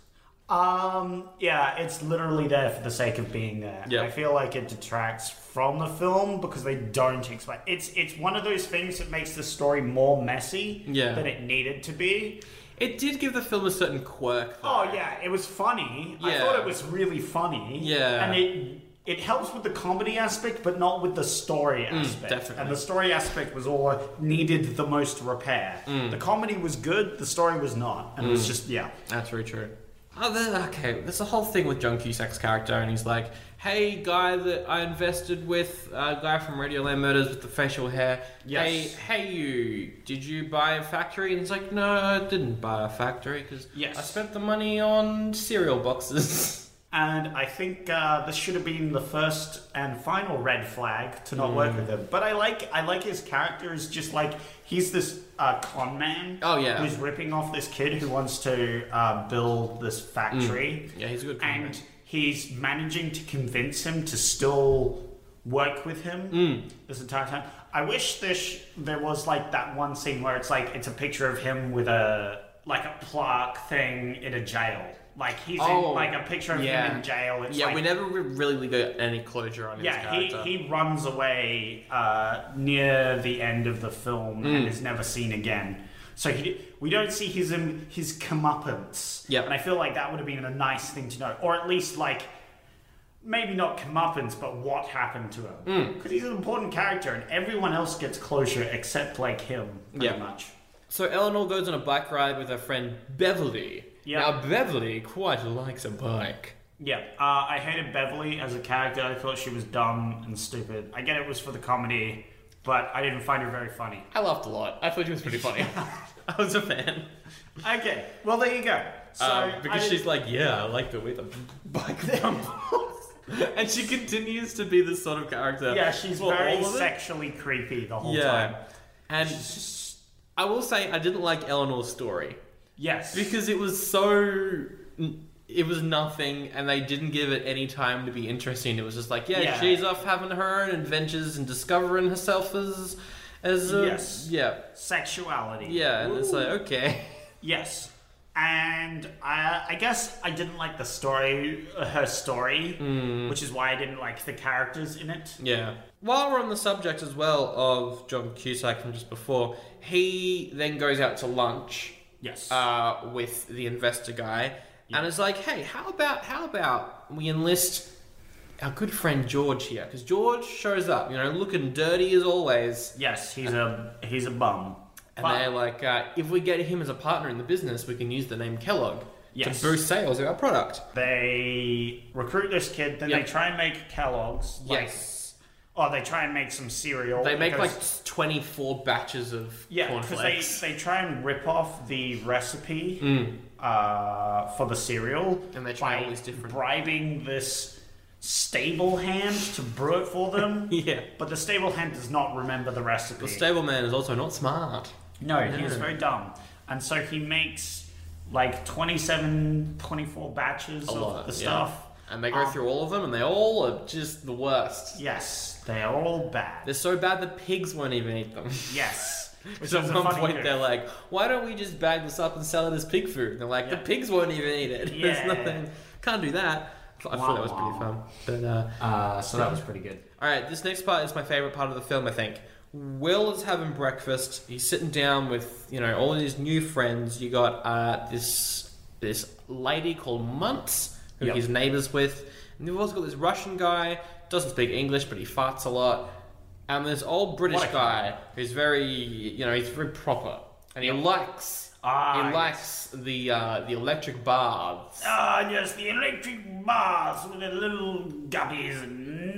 [SPEAKER 2] Um. Yeah, it's literally there for the sake of being there.
[SPEAKER 3] Yeah.
[SPEAKER 2] I feel like it detracts from the film because they don't explain. It's it's one of those things that makes the story more messy
[SPEAKER 3] Yeah.
[SPEAKER 2] than it needed to be.
[SPEAKER 3] It did give the film a certain quirk. Though.
[SPEAKER 2] Oh yeah, it was funny. I
[SPEAKER 3] Yeah.
[SPEAKER 2] thought it was really funny.
[SPEAKER 3] Yeah.
[SPEAKER 2] And it it helps with the comedy aspect, but not with the story aspect.
[SPEAKER 3] Mm, definitely.
[SPEAKER 2] And the story aspect was all uh, needed the most repair.
[SPEAKER 3] Mm.
[SPEAKER 2] The comedy was good, the story was not. And it was just yeah.
[SPEAKER 3] That's very true. Oh, there- okay, there's a whole thing with John Cusack's character, and he's like, "Hey, guy that I invested with, uh, guy from Radioland Murders with the facial hair.
[SPEAKER 2] Yes.
[SPEAKER 3] Hey, hey, you, did you buy a factory?" And he's like, "No, I didn't buy a factory because
[SPEAKER 2] Yes.
[SPEAKER 3] I spent the money on cereal boxes." [LAUGHS]
[SPEAKER 2] And I think uh, this should have been the first and final red flag to not
[SPEAKER 3] Mm.
[SPEAKER 2] work with him. But I like I like his character is just like he's this uh, con man.
[SPEAKER 3] Oh, yeah.
[SPEAKER 2] who's ripping off this kid who wants to uh, build this factory.
[SPEAKER 3] Yeah, he's a good con man.
[SPEAKER 2] and he's managing to convince him to still work with him
[SPEAKER 3] Mm.
[SPEAKER 2] this entire time. I wish this there was like that one scene where it's like it's a picture of him with a like a plaque thing in a jail. Like he's
[SPEAKER 3] Oh,
[SPEAKER 2] in like a picture of him in jail. It's
[SPEAKER 3] yeah,
[SPEAKER 2] like,
[SPEAKER 3] we never re- really got any closure on his
[SPEAKER 2] yeah,
[SPEAKER 3] character.
[SPEAKER 2] he, he runs away uh, near the end of the film
[SPEAKER 3] Hmm.
[SPEAKER 2] and is never seen again. So he, we don't see his um, his comeuppance.
[SPEAKER 3] Yep.
[SPEAKER 2] and I feel like that would have been a nice thing to know, or at least like maybe not comeuppance, but what happened to him?
[SPEAKER 3] Hmm.
[SPEAKER 2] Because he's an important character, and everyone else gets closure except like him, pretty
[SPEAKER 3] Yeah.
[SPEAKER 2] much.
[SPEAKER 3] So Eleanor goes on a bike ride with her friend Beverly.
[SPEAKER 2] Yeah.
[SPEAKER 3] Now Beverly quite likes a bike.
[SPEAKER 2] Yeah, uh, I hated Beverly as a character. I thought she was dumb and stupid. I get it was for the comedy, but I didn't find her very funny.
[SPEAKER 3] I laughed a lot. I thought she was [LAUGHS] pretty funny. I was a fan.
[SPEAKER 2] Okay, well there you go. So
[SPEAKER 3] Um, because
[SPEAKER 2] I-
[SPEAKER 3] she's like, yeah, I like the way the
[SPEAKER 2] [LAUGHS]
[SPEAKER 3] bike rumbles. [LAUGHS] and she continues to be this sort of character.
[SPEAKER 2] yeah, she's
[SPEAKER 3] for
[SPEAKER 2] very
[SPEAKER 3] uh, all of it.
[SPEAKER 2] sexually creepy the whole time.
[SPEAKER 3] Yeah. And I will say, I didn't like Eleanor's story
[SPEAKER 2] Yes,
[SPEAKER 3] because it was so. It was nothing, and they didn't give it any time to be interesting. It was just like, yeah,
[SPEAKER 2] Yeah.
[SPEAKER 3] she's off having her own adventures and discovering herself as. as a,
[SPEAKER 2] Yes.
[SPEAKER 3] Yeah.
[SPEAKER 2] sexuality.
[SPEAKER 3] Yeah. And it's like, okay.
[SPEAKER 2] Yes, and I, I guess I didn't like the story, uh, her story,
[SPEAKER 3] Mm.
[SPEAKER 2] which is why I didn't like the characters in it.
[SPEAKER 3] Yeah. While we're on the subject as well of John Cusack from just before, he then goes out to lunch
[SPEAKER 2] Yes.
[SPEAKER 3] uh, with the investor guy, and it's like, hey, how about how about we enlist our good friend George here? Because George shows up, you know, looking dirty as always,
[SPEAKER 2] yes, he's a he's a bum.
[SPEAKER 3] and
[SPEAKER 2] But-
[SPEAKER 3] they're like, uh, if we get him as a partner in the business, we can use the name Kellogg.
[SPEAKER 1] Yes.
[SPEAKER 3] to boost sales of our product.
[SPEAKER 2] They recruit this kid, then
[SPEAKER 3] Yep.
[SPEAKER 2] they try and make Kellogg's. Like,
[SPEAKER 3] yes.
[SPEAKER 2] Oh, they try and make some cereal.
[SPEAKER 3] They make
[SPEAKER 2] because-
[SPEAKER 3] like 24 batches of
[SPEAKER 2] Yeah, because
[SPEAKER 3] cornflakes. [LAUGHS]
[SPEAKER 2] they, they try and rip off the recipe
[SPEAKER 3] Mm.
[SPEAKER 2] uh, for the cereal.
[SPEAKER 3] And they try
[SPEAKER 2] by
[SPEAKER 3] all these different-
[SPEAKER 2] Bribing this stable hand to brew it for them.
[SPEAKER 3] [LAUGHS] Yeah.
[SPEAKER 2] But the stable hand does not remember the recipe.
[SPEAKER 3] The stable man is also not smart.
[SPEAKER 2] no, he is
[SPEAKER 3] No.
[SPEAKER 2] very dumb. And so he makes like 27, 24 batches
[SPEAKER 3] A
[SPEAKER 2] of
[SPEAKER 3] lot
[SPEAKER 2] the Um,
[SPEAKER 3] yeah.
[SPEAKER 2] stuff.
[SPEAKER 3] And they go through all of them, and they all are just the worst.
[SPEAKER 2] Yes, they are all bad.
[SPEAKER 3] They're so bad the pigs won't even eat them. [LAUGHS]
[SPEAKER 2] Yes. Which
[SPEAKER 3] So at
[SPEAKER 2] is a
[SPEAKER 3] one
[SPEAKER 2] funny
[SPEAKER 3] point
[SPEAKER 2] move.
[SPEAKER 3] they're like, "Why don't we just bag this up and sell it as pig food?" And they're like, "The
[SPEAKER 2] Yeah.
[SPEAKER 3] pigs won't even eat it. [LAUGHS]
[SPEAKER 2] Yeah.
[SPEAKER 3] There's nothing. Can't do that." I thought that was pretty fun. But uh,
[SPEAKER 2] Uh, so that was pretty good.
[SPEAKER 3] all right, this next part is my favorite part of the film. I think Will is having breakfast. He's sitting down with you know all of his new friends. You got uh, this this lady called Muntz, who
[SPEAKER 2] Yep.
[SPEAKER 3] he's neighbors with, and you've also got this Russian guy doesn't speak English but he farts a lot, and this old British
[SPEAKER 2] What a
[SPEAKER 3] guy who's very you know he's very proper and he likes
[SPEAKER 2] Ah,
[SPEAKER 3] he likes the uh, the electric baths. [LAUGHS]
[SPEAKER 2] Ah, yes, the electric bars with the little guppies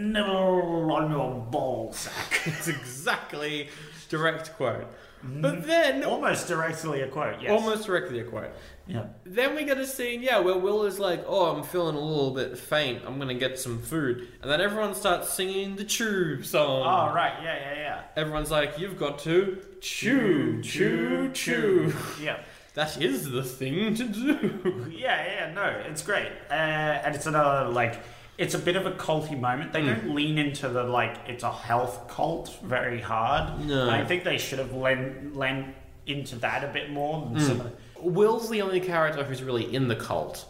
[SPEAKER 2] nibble on your ball sack.
[SPEAKER 3] It's exactly direct quote.
[SPEAKER 2] Mm-hmm.
[SPEAKER 3] But then
[SPEAKER 2] Almost directly a quote, yes.
[SPEAKER 3] almost directly a quote.
[SPEAKER 2] Yeah.
[SPEAKER 3] Then we get a scene, yeah, where Will is like, "Oh, I'm feeling a little bit faint. I'm gonna get some food," and then everyone starts singing the Chew song.
[SPEAKER 2] Oh, right, yeah, yeah, yeah.
[SPEAKER 3] Everyone's like, "You've got to chew, chew, chew." [LAUGHS]
[SPEAKER 2] Yeah.
[SPEAKER 3] That is the thing to do.
[SPEAKER 2] Yeah, yeah, no, it's great. Uh, and it's another, like, it's a bit of a culty moment. They don't lean into the, like, it's a health cult very hard.
[SPEAKER 3] No.
[SPEAKER 2] I think they should have leaned, leaned into that a bit more than some of the.
[SPEAKER 3] Will's the only character who's really in the cult,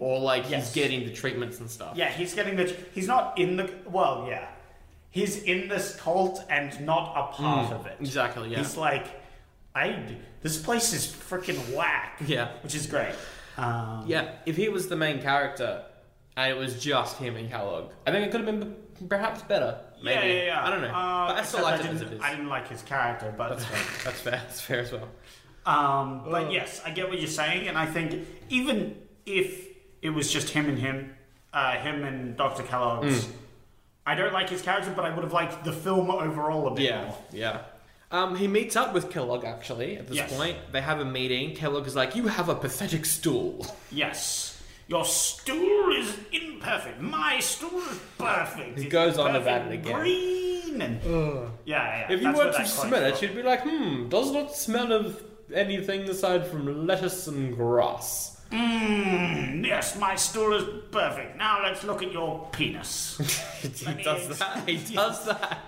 [SPEAKER 3] or like
[SPEAKER 2] Yes.
[SPEAKER 3] he's getting the treatments and stuff.
[SPEAKER 2] Yeah, he's getting the. He's not in the. Well, yeah. He's in this cult and not a part of it.
[SPEAKER 3] Hmm, exactly, yeah.
[SPEAKER 2] He's like, I. This place is freaking whack.
[SPEAKER 3] Yeah.
[SPEAKER 2] Which is great. Um,
[SPEAKER 3] Yeah, if he was the main character and it was just him and Kellogg, I think it could have been p- perhaps better. Maybe.
[SPEAKER 2] yeah, yeah, yeah.
[SPEAKER 3] I don't know.
[SPEAKER 2] Uh,
[SPEAKER 3] but I still
[SPEAKER 2] except
[SPEAKER 3] liked it
[SPEAKER 2] didn't,
[SPEAKER 3] as it is.
[SPEAKER 2] I didn't like his character, but
[SPEAKER 3] That's fair. That's fair. That's fair as well.
[SPEAKER 2] Um, but yes, I get what you're saying, and I think even if it was just him and him, uh, him and Dr. Kellogg's,
[SPEAKER 3] Hmm.
[SPEAKER 2] I don't like his character, but I would have liked the film overall a bit
[SPEAKER 3] Yeah,
[SPEAKER 2] more.
[SPEAKER 3] yeah. Um, he meets up with Kellogg actually at this
[SPEAKER 2] Yes.
[SPEAKER 3] point. They have a meeting. Kellogg is like, You have a pathetic stool. [LAUGHS]
[SPEAKER 2] Yes. Your stool is imperfect. My stool is perfect. He
[SPEAKER 3] goes on about it again.
[SPEAKER 2] Green and yeah, yeah.
[SPEAKER 3] If you
[SPEAKER 2] that's
[SPEAKER 3] were
[SPEAKER 2] where
[SPEAKER 3] to
[SPEAKER 2] that quote's
[SPEAKER 3] smell it,
[SPEAKER 2] from.
[SPEAKER 3] you'd be like, Hmm, does not smell of anything aside from lettuce and grass.
[SPEAKER 2] Mm, yes, my stool is perfect. Now let's look at your
[SPEAKER 3] [LAUGHS]
[SPEAKER 2] penis.
[SPEAKER 3] he
[SPEAKER 2] me
[SPEAKER 3] does that. [LAUGHS] He does that.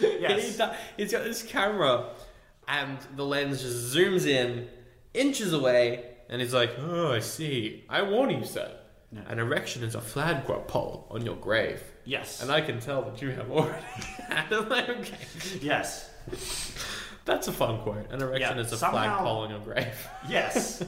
[SPEAKER 2] Yes.
[SPEAKER 3] he do- he's got this camera, and the lens just zooms in, inches away, and he's like, "Oh, I see. I warn you, sir. An erection is a flag pole on your grave,
[SPEAKER 2] yes.
[SPEAKER 3] and I can tell that you have already." [LAUGHS] had it." I'm like, okay,
[SPEAKER 2] yes.
[SPEAKER 3] that's a fun quote. An erection
[SPEAKER 2] Yeah,
[SPEAKER 3] is a flag
[SPEAKER 2] somehow-
[SPEAKER 3] pole on your grave.
[SPEAKER 2] Yes.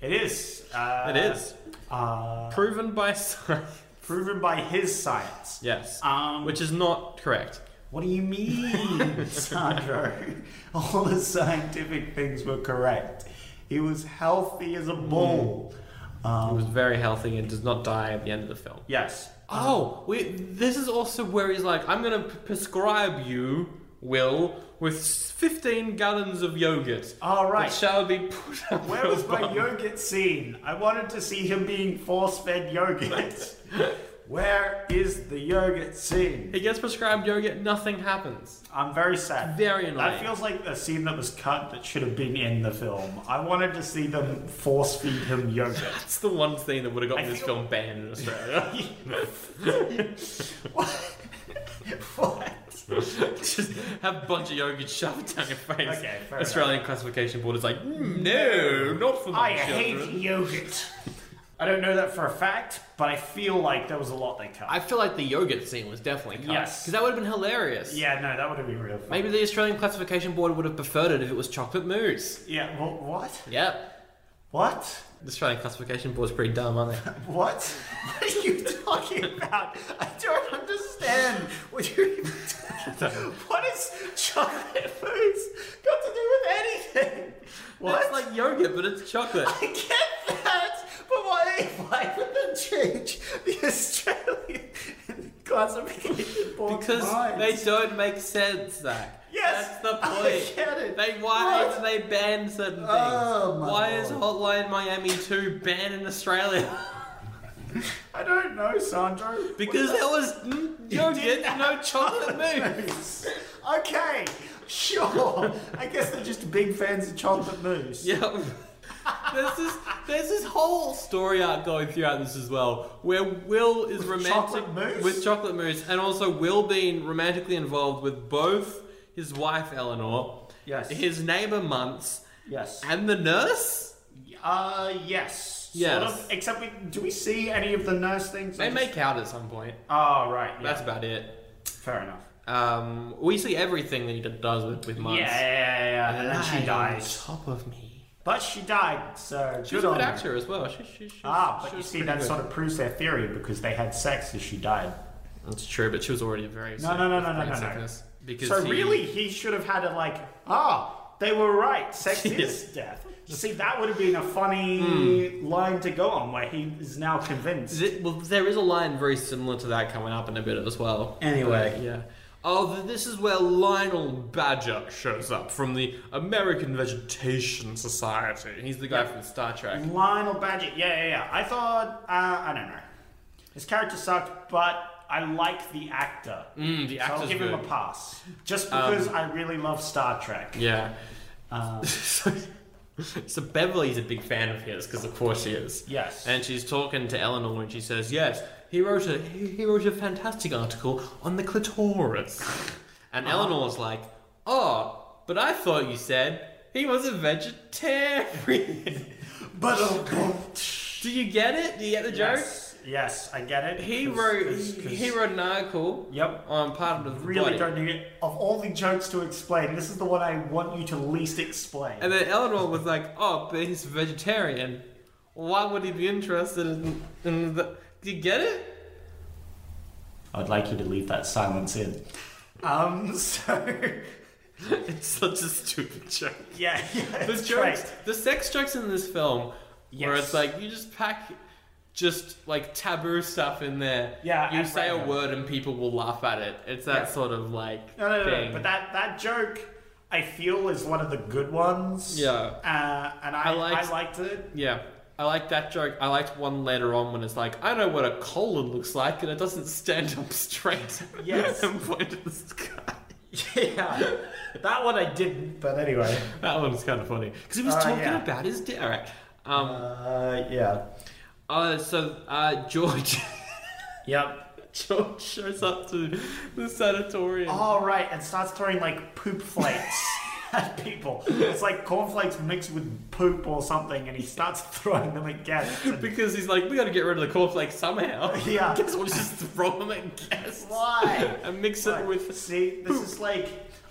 [SPEAKER 2] it is. Uh,
[SPEAKER 3] [LAUGHS] it is
[SPEAKER 2] Uh,
[SPEAKER 3] proven by science. [LAUGHS]
[SPEAKER 2] proven by his science.
[SPEAKER 3] Yes,
[SPEAKER 2] Um,
[SPEAKER 3] which is not correct.
[SPEAKER 2] What do you
[SPEAKER 3] [LAUGHS]
[SPEAKER 2] mean, Sandro? [LAUGHS] All the scientific things were correct. He was healthy as a bull.
[SPEAKER 3] Mm. He
[SPEAKER 2] um,
[SPEAKER 3] was very healthy and does not die at the end of the film.
[SPEAKER 2] Yes.
[SPEAKER 3] Oh, we, this is also where he's like, I'm gonna p- prescribe you, Will, with s- 15 gallons of yogurt.
[SPEAKER 2] All right.
[SPEAKER 3] That shall be put up.
[SPEAKER 2] Where
[SPEAKER 3] your
[SPEAKER 2] was my
[SPEAKER 3] bum."
[SPEAKER 2] yogurt scene? I wanted to see him being force fed yogurt. Where is the yogurt scene?
[SPEAKER 3] He gets prescribed yogurt, nothing happens.
[SPEAKER 2] I'm very sad.
[SPEAKER 3] Very annoying.
[SPEAKER 2] That feels like a scene that was cut that should have been in the film. I wanted to see them force feed him
[SPEAKER 3] [LAUGHS]
[SPEAKER 2] yogurt.
[SPEAKER 3] That's the one thing that would have gotten
[SPEAKER 2] I
[SPEAKER 3] this
[SPEAKER 2] feel-
[SPEAKER 3] film banned in Australia.
[SPEAKER 2] what? what?
[SPEAKER 3] Just have a bunch of yogurt shoved down your face.
[SPEAKER 2] Okay, fair
[SPEAKER 3] Australian Classification Board is like, "Hmm, no, not for my
[SPEAKER 2] I
[SPEAKER 3] children.
[SPEAKER 2] hate yogurt. I don't know that for a fact, but I feel like there was a lot they cut.
[SPEAKER 3] I feel like the yogurt scene was definitely cut.
[SPEAKER 2] Yes.
[SPEAKER 3] Because that would have been hilarious.
[SPEAKER 2] yeah, no, that would have been real fun.
[SPEAKER 3] Maybe the Australian Classification Board would have preferred it if it was chocolate mousse.
[SPEAKER 2] Yeah, well, what?
[SPEAKER 3] Yep.
[SPEAKER 2] What?
[SPEAKER 3] The Australian classification board's pretty dumb, aren't
[SPEAKER 2] [LAUGHS]
[SPEAKER 3] they?
[SPEAKER 2] What? What are you talking about? I don't understand what you're even talking about. What is chocolate foods got to do with anything? What? [LAUGHS]
[SPEAKER 3] It's like yogurt, but it's chocolate.
[SPEAKER 2] I get that, but stage the Australian classification board
[SPEAKER 3] Because they don't make sense, Zach.
[SPEAKER 2] Yes,
[SPEAKER 3] That's the
[SPEAKER 2] [LAUGHS] I
[SPEAKER 3] point.
[SPEAKER 2] get it.
[SPEAKER 3] They why
[SPEAKER 2] What?
[SPEAKER 3] they ban certain things?
[SPEAKER 2] Oh, my
[SPEAKER 3] why is
[SPEAKER 2] lord.
[SPEAKER 3] Hotline Miami 2 banned in Australia? [LAUGHS]
[SPEAKER 2] I don't know, Sandro.
[SPEAKER 3] Because that was mm, you
[SPEAKER 2] did
[SPEAKER 3] get no chocolate mousse.
[SPEAKER 2] okay, sure. I guess they're just big fans of chocolate mousse.
[SPEAKER 3] Yep. There's this, there's this whole story arc going throughout this as well, where Will is romantic
[SPEAKER 2] chocolate mousse?
[SPEAKER 3] with chocolate mousse, and also Will being romantically involved with both his wife Eleanor,
[SPEAKER 2] Yes.
[SPEAKER 3] his neighbor Munts,
[SPEAKER 2] Yes.
[SPEAKER 3] and the nurse.
[SPEAKER 2] Uh, yes. Sort
[SPEAKER 3] Yes.
[SPEAKER 2] of. Except we do we see any of the nurse things?
[SPEAKER 3] They make out at some point.
[SPEAKER 2] Oh right. Yeah.
[SPEAKER 3] That's about it.
[SPEAKER 2] fair enough.
[SPEAKER 3] Um, we see everything that he does with, with
[SPEAKER 2] Yeah,
[SPEAKER 3] Munts.
[SPEAKER 2] yeah, yeah, yeah. And then
[SPEAKER 3] Lie
[SPEAKER 2] she
[SPEAKER 3] on
[SPEAKER 2] dies.
[SPEAKER 3] top of me.
[SPEAKER 2] But she died, so
[SPEAKER 3] She was
[SPEAKER 2] good
[SPEAKER 3] a
[SPEAKER 2] on
[SPEAKER 3] good
[SPEAKER 2] her.
[SPEAKER 3] actor as well. She, she, she,
[SPEAKER 2] Ah, but
[SPEAKER 3] she
[SPEAKER 2] you
[SPEAKER 3] was
[SPEAKER 2] see,
[SPEAKER 3] pretty
[SPEAKER 2] that
[SPEAKER 3] good.
[SPEAKER 2] sort of proves their theory because they had sex as she died.
[SPEAKER 3] That's true, but she was already very
[SPEAKER 2] No,
[SPEAKER 3] sick
[SPEAKER 2] no, no,
[SPEAKER 3] with
[SPEAKER 2] no, no,
[SPEAKER 3] brain
[SPEAKER 2] no, no.
[SPEAKER 3] sickness Because
[SPEAKER 2] so
[SPEAKER 3] he-
[SPEAKER 2] really, he should have had a like, ah, they
[SPEAKER 3] [LAUGHS]
[SPEAKER 2] were right. Sex is death. See, that would have been a funny
[SPEAKER 3] Hmm.
[SPEAKER 2] line to go on where he is now convinced.
[SPEAKER 3] Th- well, there is a line very similar to that coming up in a bit as well.
[SPEAKER 2] Anyway.
[SPEAKER 3] But, yeah. Oh, th- this is where Lionel Badger shows up from the American Vegetation Society. He's the guy from Star Trek.
[SPEAKER 2] Lionel Badgett, yeah, yeah, yeah. I thought, uh, I don't know. His character sucked, but I like the actor.
[SPEAKER 3] Mm, the
[SPEAKER 2] so I'll
[SPEAKER 3] actor's
[SPEAKER 2] give him a
[SPEAKER 3] good. Um,
[SPEAKER 2] pass. Just because I really love Star Trek.
[SPEAKER 3] Yeah.
[SPEAKER 2] Uh,
[SPEAKER 3] [LAUGHS] so, so Beverly's a big fan of his because, of course, she is.
[SPEAKER 2] Yes.
[SPEAKER 3] And she's talking to Eleanor, and she says, "Yes, he wrote a he he wrote a fantastic article on the
[SPEAKER 2] [LAUGHS]
[SPEAKER 3] clitoris." And
[SPEAKER 2] Uh-huh.
[SPEAKER 3] Eleanor's like, "Oh, but I thought you said he was a vegetarian. [LAUGHS]
[SPEAKER 2] but uh,
[SPEAKER 3] Do you get it? Do you get the joke?"
[SPEAKER 2] yes, yes, I get it.
[SPEAKER 3] He
[SPEAKER 2] 'Cause-
[SPEAKER 3] wrote
[SPEAKER 2] 'cause- 'cause
[SPEAKER 3] he wrote an article.
[SPEAKER 2] Yep.
[SPEAKER 3] On part of the
[SPEAKER 2] Really
[SPEAKER 3] body.
[SPEAKER 2] don't need it. Of all the jokes to explain, this is the one I want you to least explain.
[SPEAKER 3] And then Eleanor was like, "Oh, but he's vegetarian. Why would he be interested in, in the? Do you get it?
[SPEAKER 2] I'd like you to leave that silence in. Um, [LAUGHS] so
[SPEAKER 3] It's such a stupid joke.
[SPEAKER 2] yeah, yeah,
[SPEAKER 3] The
[SPEAKER 2] it's
[SPEAKER 3] jokes,
[SPEAKER 2] great.
[SPEAKER 3] the sex jokes in this film, where
[SPEAKER 2] Yes.
[SPEAKER 3] it's like you just pack, just like taboo stuff in there.
[SPEAKER 2] Yeah,
[SPEAKER 3] You
[SPEAKER 2] and
[SPEAKER 3] say a
[SPEAKER 2] random.
[SPEAKER 3] word and people will laugh at it. It's that
[SPEAKER 2] Yeah.
[SPEAKER 3] sort of like
[SPEAKER 2] No, no, no,
[SPEAKER 3] thing.
[SPEAKER 2] no. But that that joke, I feel, is one of the good ones.
[SPEAKER 3] Yeah.
[SPEAKER 2] Uh, and I,
[SPEAKER 3] I
[SPEAKER 2] I,
[SPEAKER 3] liked-
[SPEAKER 2] liked, it.
[SPEAKER 3] yeah. I like that joke. I liked one later on when it's like, I know what a colon looks like, and it doesn't stand up [LAUGHS] straight. [LAUGHS]
[SPEAKER 2] Yes.
[SPEAKER 3] and point at the sky.
[SPEAKER 2] [LAUGHS] Yeah. that one I didn't.
[SPEAKER 3] [LAUGHS]
[SPEAKER 2] But anyway.
[SPEAKER 3] That one was kind of funny because he was
[SPEAKER 2] Uh,
[SPEAKER 3] talking
[SPEAKER 2] yeah.
[SPEAKER 3] about his dick. All right. Um.
[SPEAKER 2] Uh, yeah.
[SPEAKER 3] Uh. So uh, George. [LAUGHS]
[SPEAKER 2] Yep.
[SPEAKER 3] George shows up to the sanatorium.
[SPEAKER 2] All right, and starts throwing like poop flakes [LAUGHS] at people. It's like cornflakes mixed with poop or something, and he starts [LAUGHS] throwing them at guests. And
[SPEAKER 3] Because he's like, we gotta get rid of the cornflakes somehow.
[SPEAKER 2] [LAUGHS]
[SPEAKER 3] [LAUGHS]
[SPEAKER 2] Yeah.
[SPEAKER 3] Guess we'll just throw them at guests. [LAUGHS]
[SPEAKER 2] Why?
[SPEAKER 3] And mix it
[SPEAKER 2] Like,
[SPEAKER 3] with.
[SPEAKER 2] see, this is like.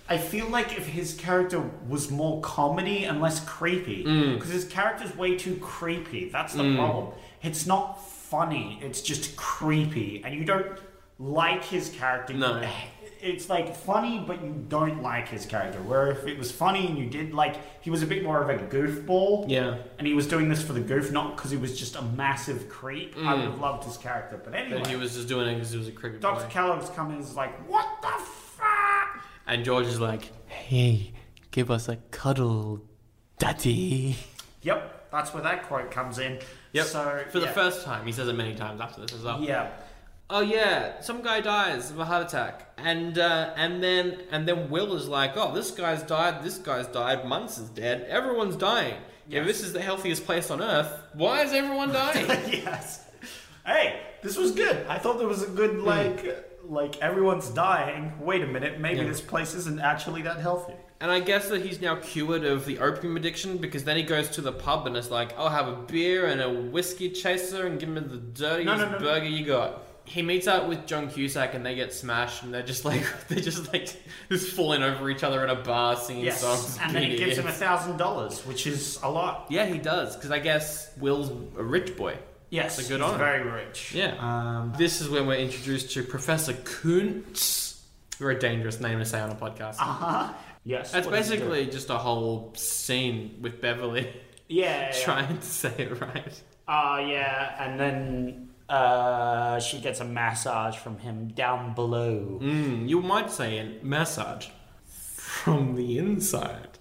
[SPEAKER 2] I feel like if his character was more comedy and less creepy,
[SPEAKER 3] Mm.
[SPEAKER 2] because his character's way too creepy. That's the problem. It's not funny. It's just creepy, and you don't like his character.
[SPEAKER 3] No.
[SPEAKER 2] You- It's like funny, but you don't like his character. Where if it was funny and you did like, he was a bit more of a goofball.
[SPEAKER 3] Yeah.
[SPEAKER 2] And he was doing this for the goof, not because he was just a massive creep. I would have loved his character, but anyway.
[SPEAKER 3] And Mm. he was just doing it because he was a creepy
[SPEAKER 2] Dr.
[SPEAKER 3] boy.
[SPEAKER 2] Kellogg's coming and is like, what the fuck?
[SPEAKER 3] and George is like, hey, give us a cuddle, daddy.
[SPEAKER 2] Yep, that's where that quote comes in.
[SPEAKER 3] Yep.
[SPEAKER 2] So
[SPEAKER 3] For the
[SPEAKER 2] yeah.
[SPEAKER 3] first time, he says it many times after this as well.
[SPEAKER 2] [LAUGHS] Yeah. [LAUGHS]
[SPEAKER 3] oh yeah, some guy dies of a heart attack, and uh, and then and then Will is like, oh, this guy's died, this guy's died, Munce is dead, everyone's dying. If this is the healthiest place on earth, why is everyone
[SPEAKER 2] [LAUGHS]
[SPEAKER 3] dying?
[SPEAKER 2] yes. Hey, this was good. I thought there was a good
[SPEAKER 3] Hmm.
[SPEAKER 2] like like everyone's dying. Wait a minute, maybe
[SPEAKER 3] Yeah.
[SPEAKER 2] this place isn't actually that healthy.
[SPEAKER 3] and I guess that he's now cured of the opium addiction because then he goes to the pub and it's like, I'll have a beer and a whiskey chaser and give me the dirtiest
[SPEAKER 2] No, no, no, no.
[SPEAKER 3] burger you got. He meets up with John Cusack and they get smashed and they're just like [LAUGHS] they're just like just falling over each other in a bar singing
[SPEAKER 2] Yes.
[SPEAKER 3] songs.
[SPEAKER 2] and then he
[SPEAKER 3] [LAUGHS]
[SPEAKER 2] gives him
[SPEAKER 3] BDS.
[SPEAKER 2] a thousand dollars, which is a lot.
[SPEAKER 3] Yeah, he does, because I guess Will's a rich boy.
[SPEAKER 2] Yes.
[SPEAKER 3] It's a good
[SPEAKER 2] he's
[SPEAKER 3] honor.
[SPEAKER 2] very rich.
[SPEAKER 3] Yeah.
[SPEAKER 2] Um
[SPEAKER 3] This is when we're introduced to Professor Kuntz. You're a dangerous name to say on a podcast.
[SPEAKER 2] uh-huh. Yes.
[SPEAKER 3] That's
[SPEAKER 2] what is he doing?
[SPEAKER 3] basically just a whole scene with Beverly
[SPEAKER 2] yeah, yeah, yeah.
[SPEAKER 3] trying to say it right.
[SPEAKER 2] Oh, yeah, and then uh, she gets a massage from him down below.
[SPEAKER 3] Mm, you might say a massage from the inside.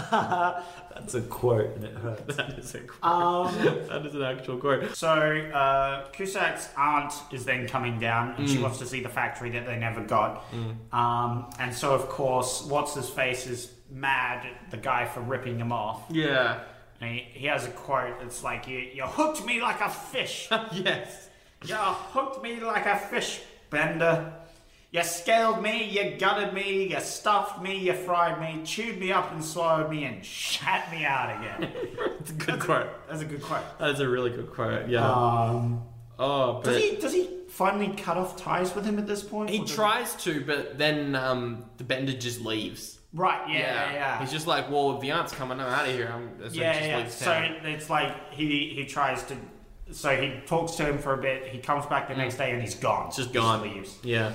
[SPEAKER 2] That's a quote, and it
[SPEAKER 3] [LAUGHS]
[SPEAKER 2] hurts.
[SPEAKER 3] That is a quote.
[SPEAKER 2] Ah.
[SPEAKER 3] that is an actual quote.
[SPEAKER 2] Um, So uh, Cusack's aunt is then coming down, and she wants to see the factory that they never got. Um, and so, of course, what's his face is mad at the guy for ripping him off.
[SPEAKER 3] Yeah.
[SPEAKER 2] And he, he has a quote that's like, you, "You hooked me like a fish.
[SPEAKER 3] [LAUGHS] Yes.
[SPEAKER 2] you hooked me like a fish, Bender. You scaled me, you gutted me, you stuffed me, you fried me, chewed me up and swallowed me, and shat me out again."
[SPEAKER 3] It's a good quote.
[SPEAKER 2] that's a good quote.
[SPEAKER 3] That is a really good quote. Yeah.
[SPEAKER 2] Um,
[SPEAKER 3] oh, but
[SPEAKER 2] Does he does he finally cut off ties with him at this point?
[SPEAKER 3] he
[SPEAKER 2] Or does-
[SPEAKER 3] tries to, but then um, the bender just leaves.
[SPEAKER 2] Right. Yeah. Yeah. Yeah.
[SPEAKER 3] He's just like, well, if the aunt's coming, I'm out of here. I'm so he
[SPEAKER 2] yeah,
[SPEAKER 3] just
[SPEAKER 2] yeah.
[SPEAKER 3] leaves
[SPEAKER 2] So
[SPEAKER 3] town.
[SPEAKER 2] it's like he he tries to. So he talks to him for a bit. He comes back the next day and he's gone.
[SPEAKER 3] Mm. just gone.
[SPEAKER 2] leaves.
[SPEAKER 3] Yeah.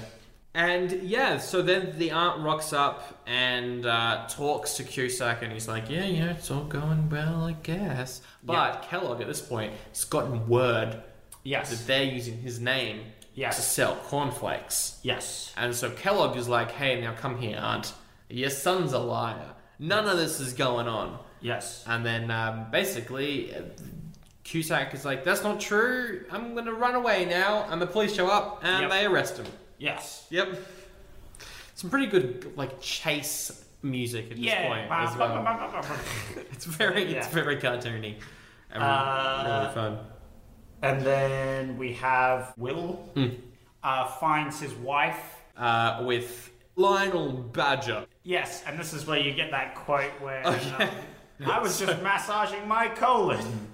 [SPEAKER 3] And yeah, so then the aunt rocks up and uh, talks to Cusack, and he's like, "Yeah, yeah, it's all going well, I guess." But Kellogg at this point has gotten word that
[SPEAKER 2] Yes.
[SPEAKER 3] they're using his name
[SPEAKER 2] Yes.
[SPEAKER 3] to sell cornflakes.
[SPEAKER 2] Yes.
[SPEAKER 3] And so Kellogg is like, hey, now come here, aunt. Your son's a liar. None of this is going on.
[SPEAKER 2] Yes.
[SPEAKER 3] And then um, basically, uh, Cusack is like, that's not true. I'm going to run away now. And the police show up and
[SPEAKER 2] Yep.
[SPEAKER 3] they arrest him.
[SPEAKER 2] Yes.
[SPEAKER 3] Yep. Some pretty good, like, chase music at this point as well. It's very, it's
[SPEAKER 2] Yeah.
[SPEAKER 3] very cartoony. And
[SPEAKER 2] Uh,
[SPEAKER 3] really fun.
[SPEAKER 2] and then we have Will
[SPEAKER 3] Hmm.
[SPEAKER 2] uh, finds his wife.
[SPEAKER 3] Uh, with Lionel Badger.
[SPEAKER 2] Yes, and this is where you get that quote
[SPEAKER 3] [LAUGHS]
[SPEAKER 2] where um, I was just massaging my colon.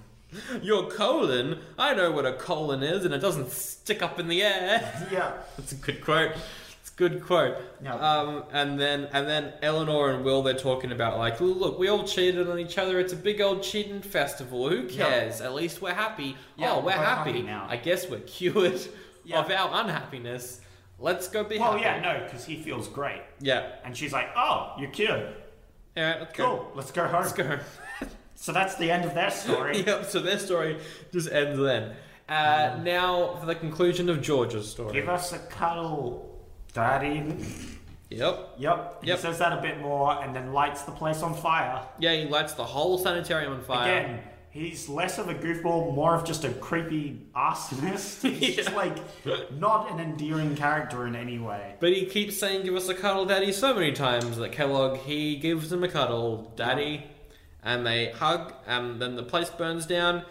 [SPEAKER 3] Your colon? I know what a colon is, and it doesn't stick up in the air. [LAUGHS]
[SPEAKER 2] Yeah.
[SPEAKER 3] That's a good quote. It's a good quote.
[SPEAKER 2] Yeah.
[SPEAKER 3] Um, and then and then Eleanor and Will they're talking about like, look, we all cheated on each other. It's a big old cheating festival. Who cares? At least we're happy.
[SPEAKER 2] Yeah,
[SPEAKER 3] oh, we're,
[SPEAKER 2] we're
[SPEAKER 3] happy.
[SPEAKER 2] happy now.
[SPEAKER 3] I guess we're cured
[SPEAKER 2] [LAUGHS] Yeah.
[SPEAKER 3] of our unhappiness. Let's go be
[SPEAKER 2] Well,
[SPEAKER 3] happy.
[SPEAKER 2] yeah, no, because he feels great.
[SPEAKER 3] Yeah.
[SPEAKER 2] And she's like, oh, you're cured.
[SPEAKER 3] All right. Let's go.
[SPEAKER 2] Cool, let's go home.
[SPEAKER 3] Let's [LAUGHS] go.
[SPEAKER 2] So that's the end of their [LAUGHS] story.
[SPEAKER 3] yep. So their story just ends then. Uh, now for the conclusion of George's story.
[SPEAKER 2] Mm-hmm. Give us a cuddle, daddy.
[SPEAKER 3] Yep.
[SPEAKER 2] Yep. He
[SPEAKER 3] Yep.
[SPEAKER 2] says that a bit more and then lights the place on fire.
[SPEAKER 3] Yeah, he lights the whole sanitarium on fire.
[SPEAKER 2] Again, he's less of a goofball, more of just a creepy arsonist. [LAUGHS] He's just like not an endearing character in any way.
[SPEAKER 3] But he keeps saying, "Give us a cuddle, Daddy," so many times that Kellogg he gives him a cuddle, Daddy, and they hug, and then the place burns down,